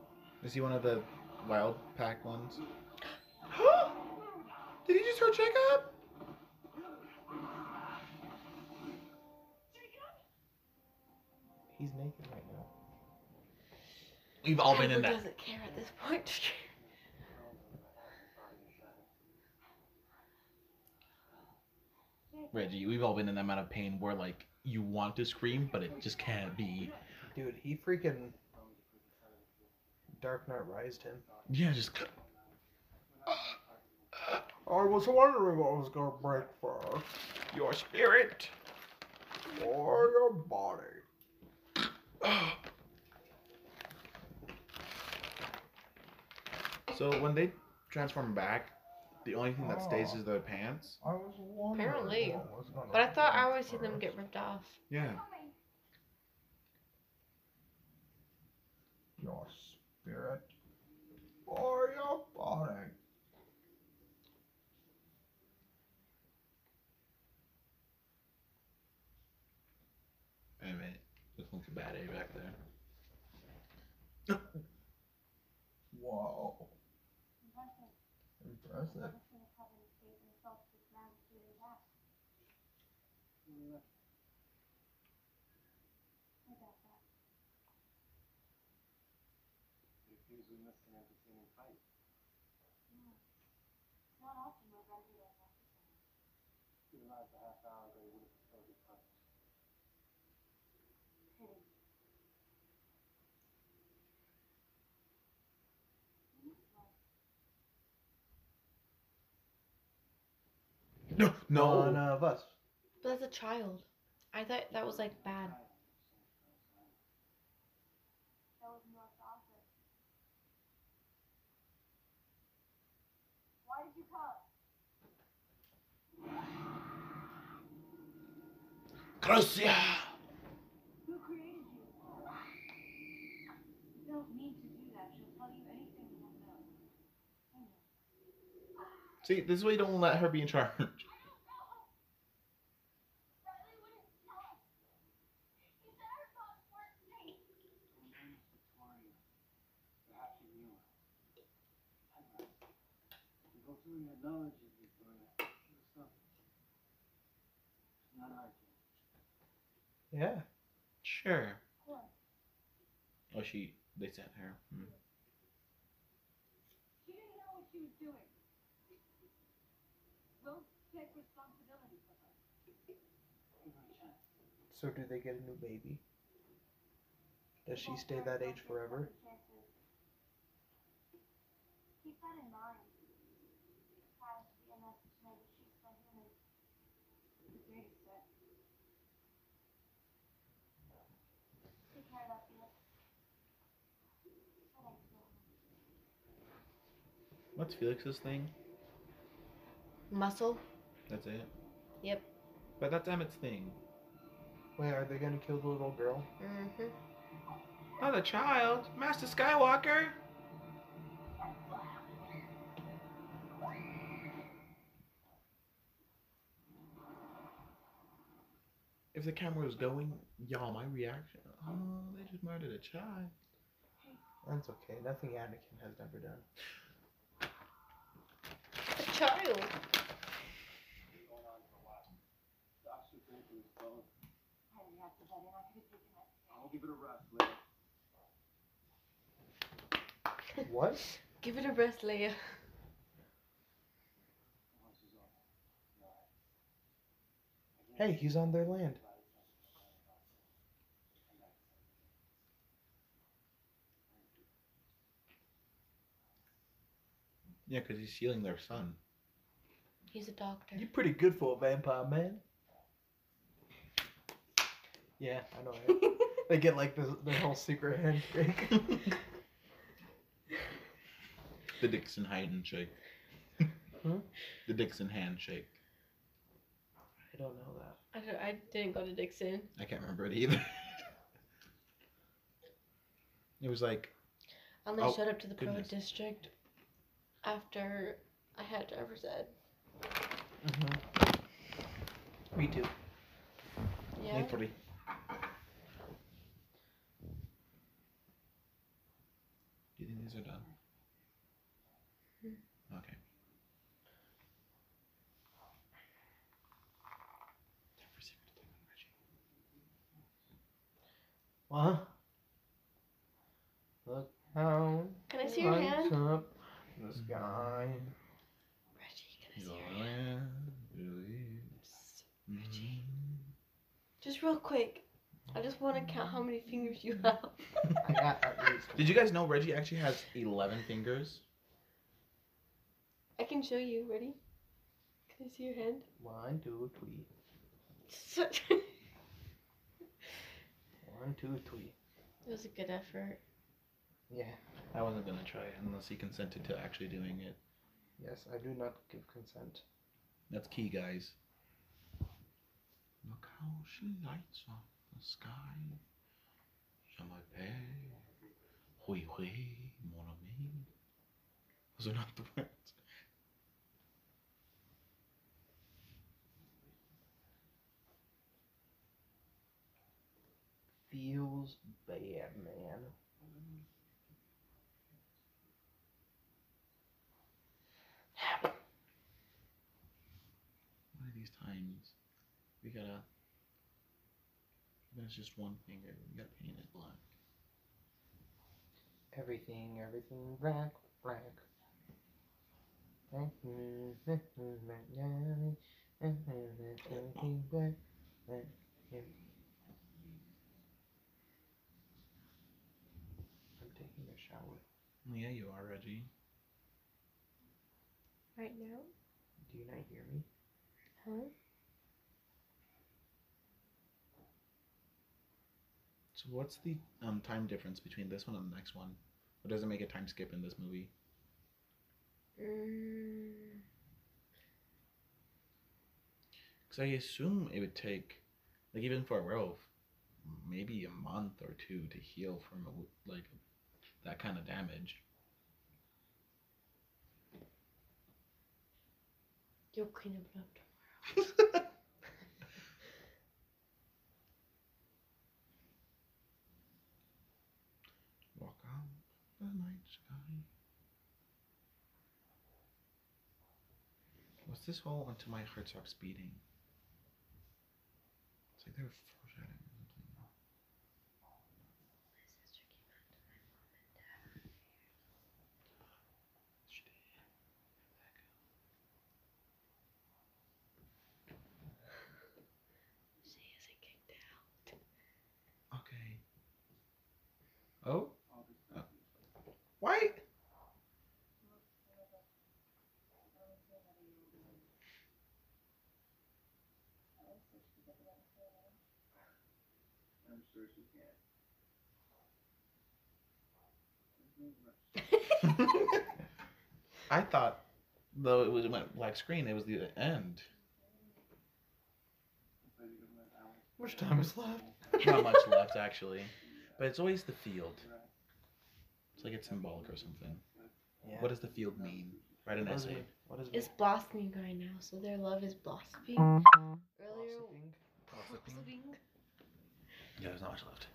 is he one of the wild pack ones? Did he just hurt Jacob? He's naked right now. We've all been in Everyone that. doesn't care at this point. Reggie, we've all been in that amount of pain where like you want to scream, but it just can't be. Dude, he freaking Dark Knight rised him. Yeah, just I was wondering what was gonna break first. your spirit. Or your body. So when they transform back, the only thing that stays is their pants. I was wondering Apparently. what was gonna But I thought I break always see them first. get ripped off. Yeah. your spirit or your body. Wait a minute. Looks like a bad A back there. Whoa. Impressive. Impressive. Never should have had them save themselves this magnitude of that. I doubt that. No. It's not often my brother does that. Pity. No, None of us. But that's a child. I thought that was like bad. That was North Office. Why did you call? Gracia. Who created you? You don't need to do that. She'll tell you anything you want to know. I know. See, this is why you don't let her be in charge. Yeah. Sure. Oh, she. They sent her. Hmm. She didn't know what she was doing. Don't take responsibility for her. So do they get a new baby? Does she stay that age forever? Keep that in mind. Has the message that she's from him is the greatest threat. Take care of that, Felix. I like you. What's Felix's thing? Muscle? That's it. Yep. But that's Emmett's thing. Wait, are they gonna kill the little girl? Mm-hmm. Not a child. Master Skywalker. If the camera was going, y'all, my reaction. Oh, they just murdered a child. That's okay. Nothing Anakin has never done. A child. I reacted that in. I could have taken that. What? Give it a rest, Leia. Hey, he's on their land. Yeah, because he's stealing their son. He's a doctor. You're pretty good for a vampire, man. Yeah, I know. Right? they get like the, the whole secret handshake. The Dixon handshake. Hmm? The Dixon handshake. I don't know that. I, don't- I didn't go to Dixon. I can't remember it either. it was like I only Oh, showed up to the pro goodness. district after I had driver's ed. Mm-hmm. Me too. Yeah. Thankfully. Do you think these are done? Okay. Time for secret attack on Reggie. What? Look how Can I see your lights hand? up the sky. Reggie, He's can I see all, your hand? "Yeah, really?" Psst. Mhm. Just real quick. I just want to count how many fingers you have. I got at least. Did you guys know Reggie actually has 11 fingers? I can show you. Ready? Can I see your hand? One, two, three. it One, two, three. was a good effort. Yeah. I wasn't gonna try it unless he consented to actually doing it. Yes, I do not give consent. That's key, guys. Look how she lights up the sky. Je m'appelle. Oui, oui, mon ami. Those are not the words. Feels bad, man. One of these times, we gotta. That's just one finger. We gotta paint it black. Everything, everything black, black. Everything black, black. I'm taking a shower. Well, Oh, yeah, you are, Reggie. Right now? Do you not hear me? Huh? So what's the um time difference between this one and the next one? Or does it make a time skip in this movie? Mm, Because I assume it would take, like, even for a werewolf, maybe a month or two to heal from, a, wo- like, that kind of damage. you'll clean it up. Walk out the night sky. What's this whole until my heart stops beating? It's like they were foreshadowing something. She did. She isn't kicked out. Okay. Oh? oh. Why? I thought, though it was it went black screen, it was the end. How much time is left? Not much left, actually. But it's always the field. It's like it's symbolic or something. Yeah. What does the field mean? Write an What is essay. it? What is It's it? blossoming right now, so their love is blossoming. Earlier, Gossiping? blossoming. Yeah, there's not much left.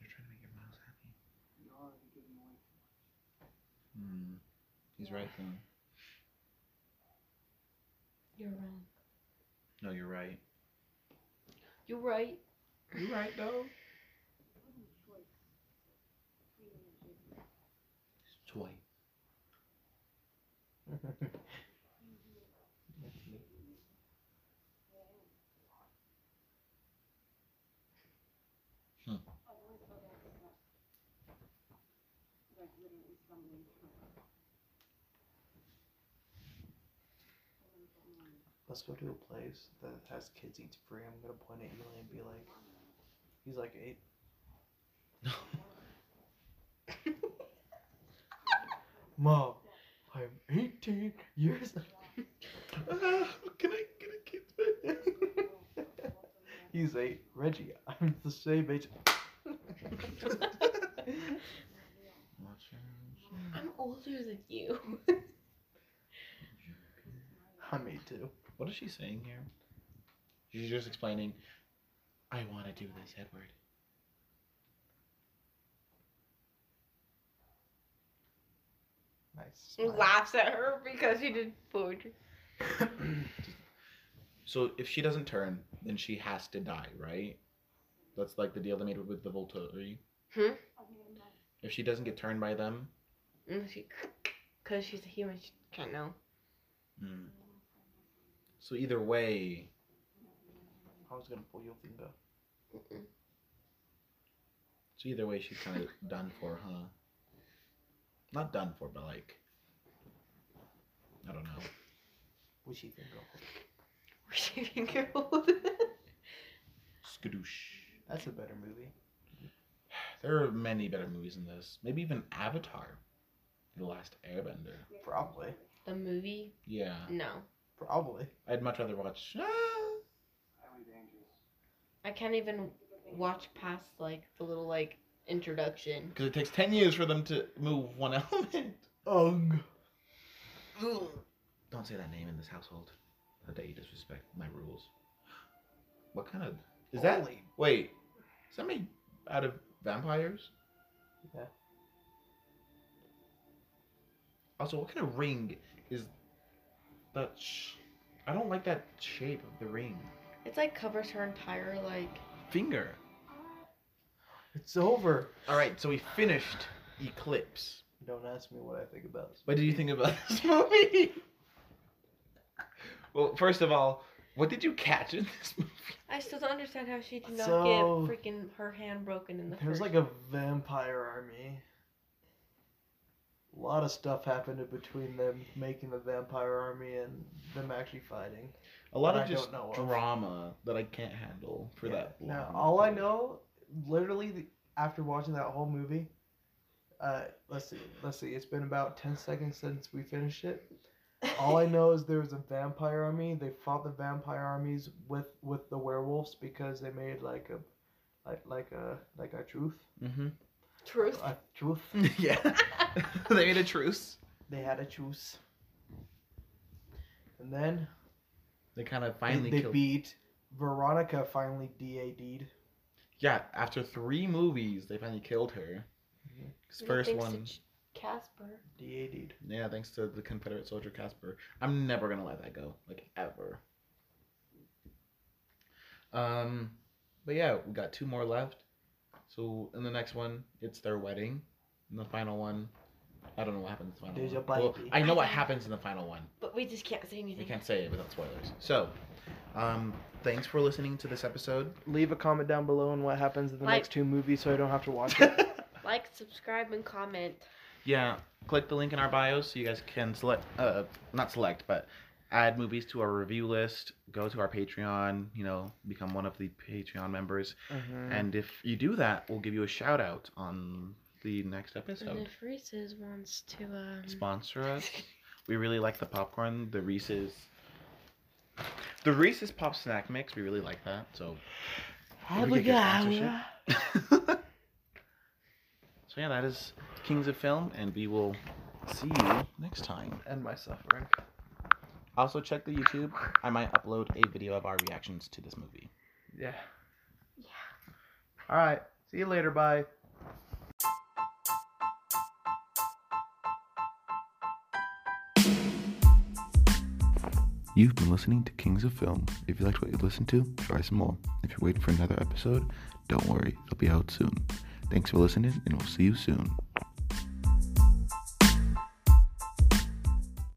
You're trying to make your mouse happy. Hmm. He's right though. You're wrong. No, you're right. You're right. You're right though. Toy. That's me. Let's go to a place that has kids eats free. I'm gonna point at Eli and be like, he's like eight. Mom, I'm 18 years Ah, can I get a kid's bed? He's eight. Reggie, I'm the same age. I'm older than you. I'm eight too. What is she saying here? She's just explaining, I want to do this, Edward. Nice. smile. Laughs at her because she did poetry. So if she doesn't turn, then she has to die, right? That's like the deal they made with the Volturi. Hmm? If she doesn't get turned by them, And she, because she's a human, she can't know. mm. so either way, I was gonna pull your finger. so either way, she's kind of done for, huh? Not done for, but like, I don't know. Wishy finger. She can get old. Skadoosh. That's a better movie. There are many better movies than this. Maybe even Avatar, The Last Airbender. Probably. the movie? Yeah, No. Probably. I'd much rather watch. ah, I can't even watch past like the little like introduction. Because it takes 10 years for them to move one element. Ugh. Don't say that name in this household. How dare you disrespect my rules? What kind of. Is that. Holy- Wait. Is that made out of vampires? Yeah. Also, what kind of ring is that. Sh- I don't like that shape of the ring. It's like covers her entire like Finger. It's over. Alright, so we finished Eclipse. Don't ask me what I think about this. What did you think about this movie? well, first of all, what did you catch in this movie? I still don't understand how she did not So- get freaking her hand broken in the There's first. like a vampire army. A lot of stuff happened in between them making the vampire army and them actually fighting. A lot That of I don't just know of. drama that I can't handle for Yeah. that. Now, long all I period. know, literally, the, after watching that whole movie, uh, let's see, let's see, it's been about ten seconds since we finished it. All I know is there was a vampire army. They fought the vampire armies with with the werewolves because they made like a, like like a like a truth, Mhm. truth. a truth. yeah. they made a truce. They had a truce. And then They kind of they, finally they killed. beat Veronica. Finally, DAD'd. yeah, after three movies, they finally killed her. Mm-hmm. 'Cause First Thanks to one, Ch- Casper. DAD'd. yeah, thanks to the Confederate soldier Casper. I'm never gonna let that go, like ever. Um, but yeah, we got two more left. So in the next one, it's their wedding. In the final one, I don't know what happens in the final There's one. a Well, baby. I know what happens in the final one. But we just can't say We anything. can't say it without spoilers. So, um, thanks for listening to this episode. Leave a comment down below on what happens in the Like- next two movies, so I don't have to watch it. Like, subscribe, and comment. yeah, click the link in our bios so you guys can select, uh, not select, but add movies to our review list. Go to our Patreon, you know, become one of the Patreon members. Mm-hmm. And if you do that, we'll give you a shout out on the next And episode. if Reese's wants to um Sponsor us. We really like the popcorn, the Reese's. The Reese's Pop Snack Mix, we really like that, so Have a so yeah, that is Kings of Film, and we will see you next time. End my suffering. Also check the YouTube. I might upload a video of our reactions to this movie. Yeah. Yeah. All right. See you later. Bye. You've been listening to Kings of Film. If you liked what you listened to, try some more. If you're waiting for another episode, don't worry, it'll be out soon. Thanks for listening, and we'll see you soon.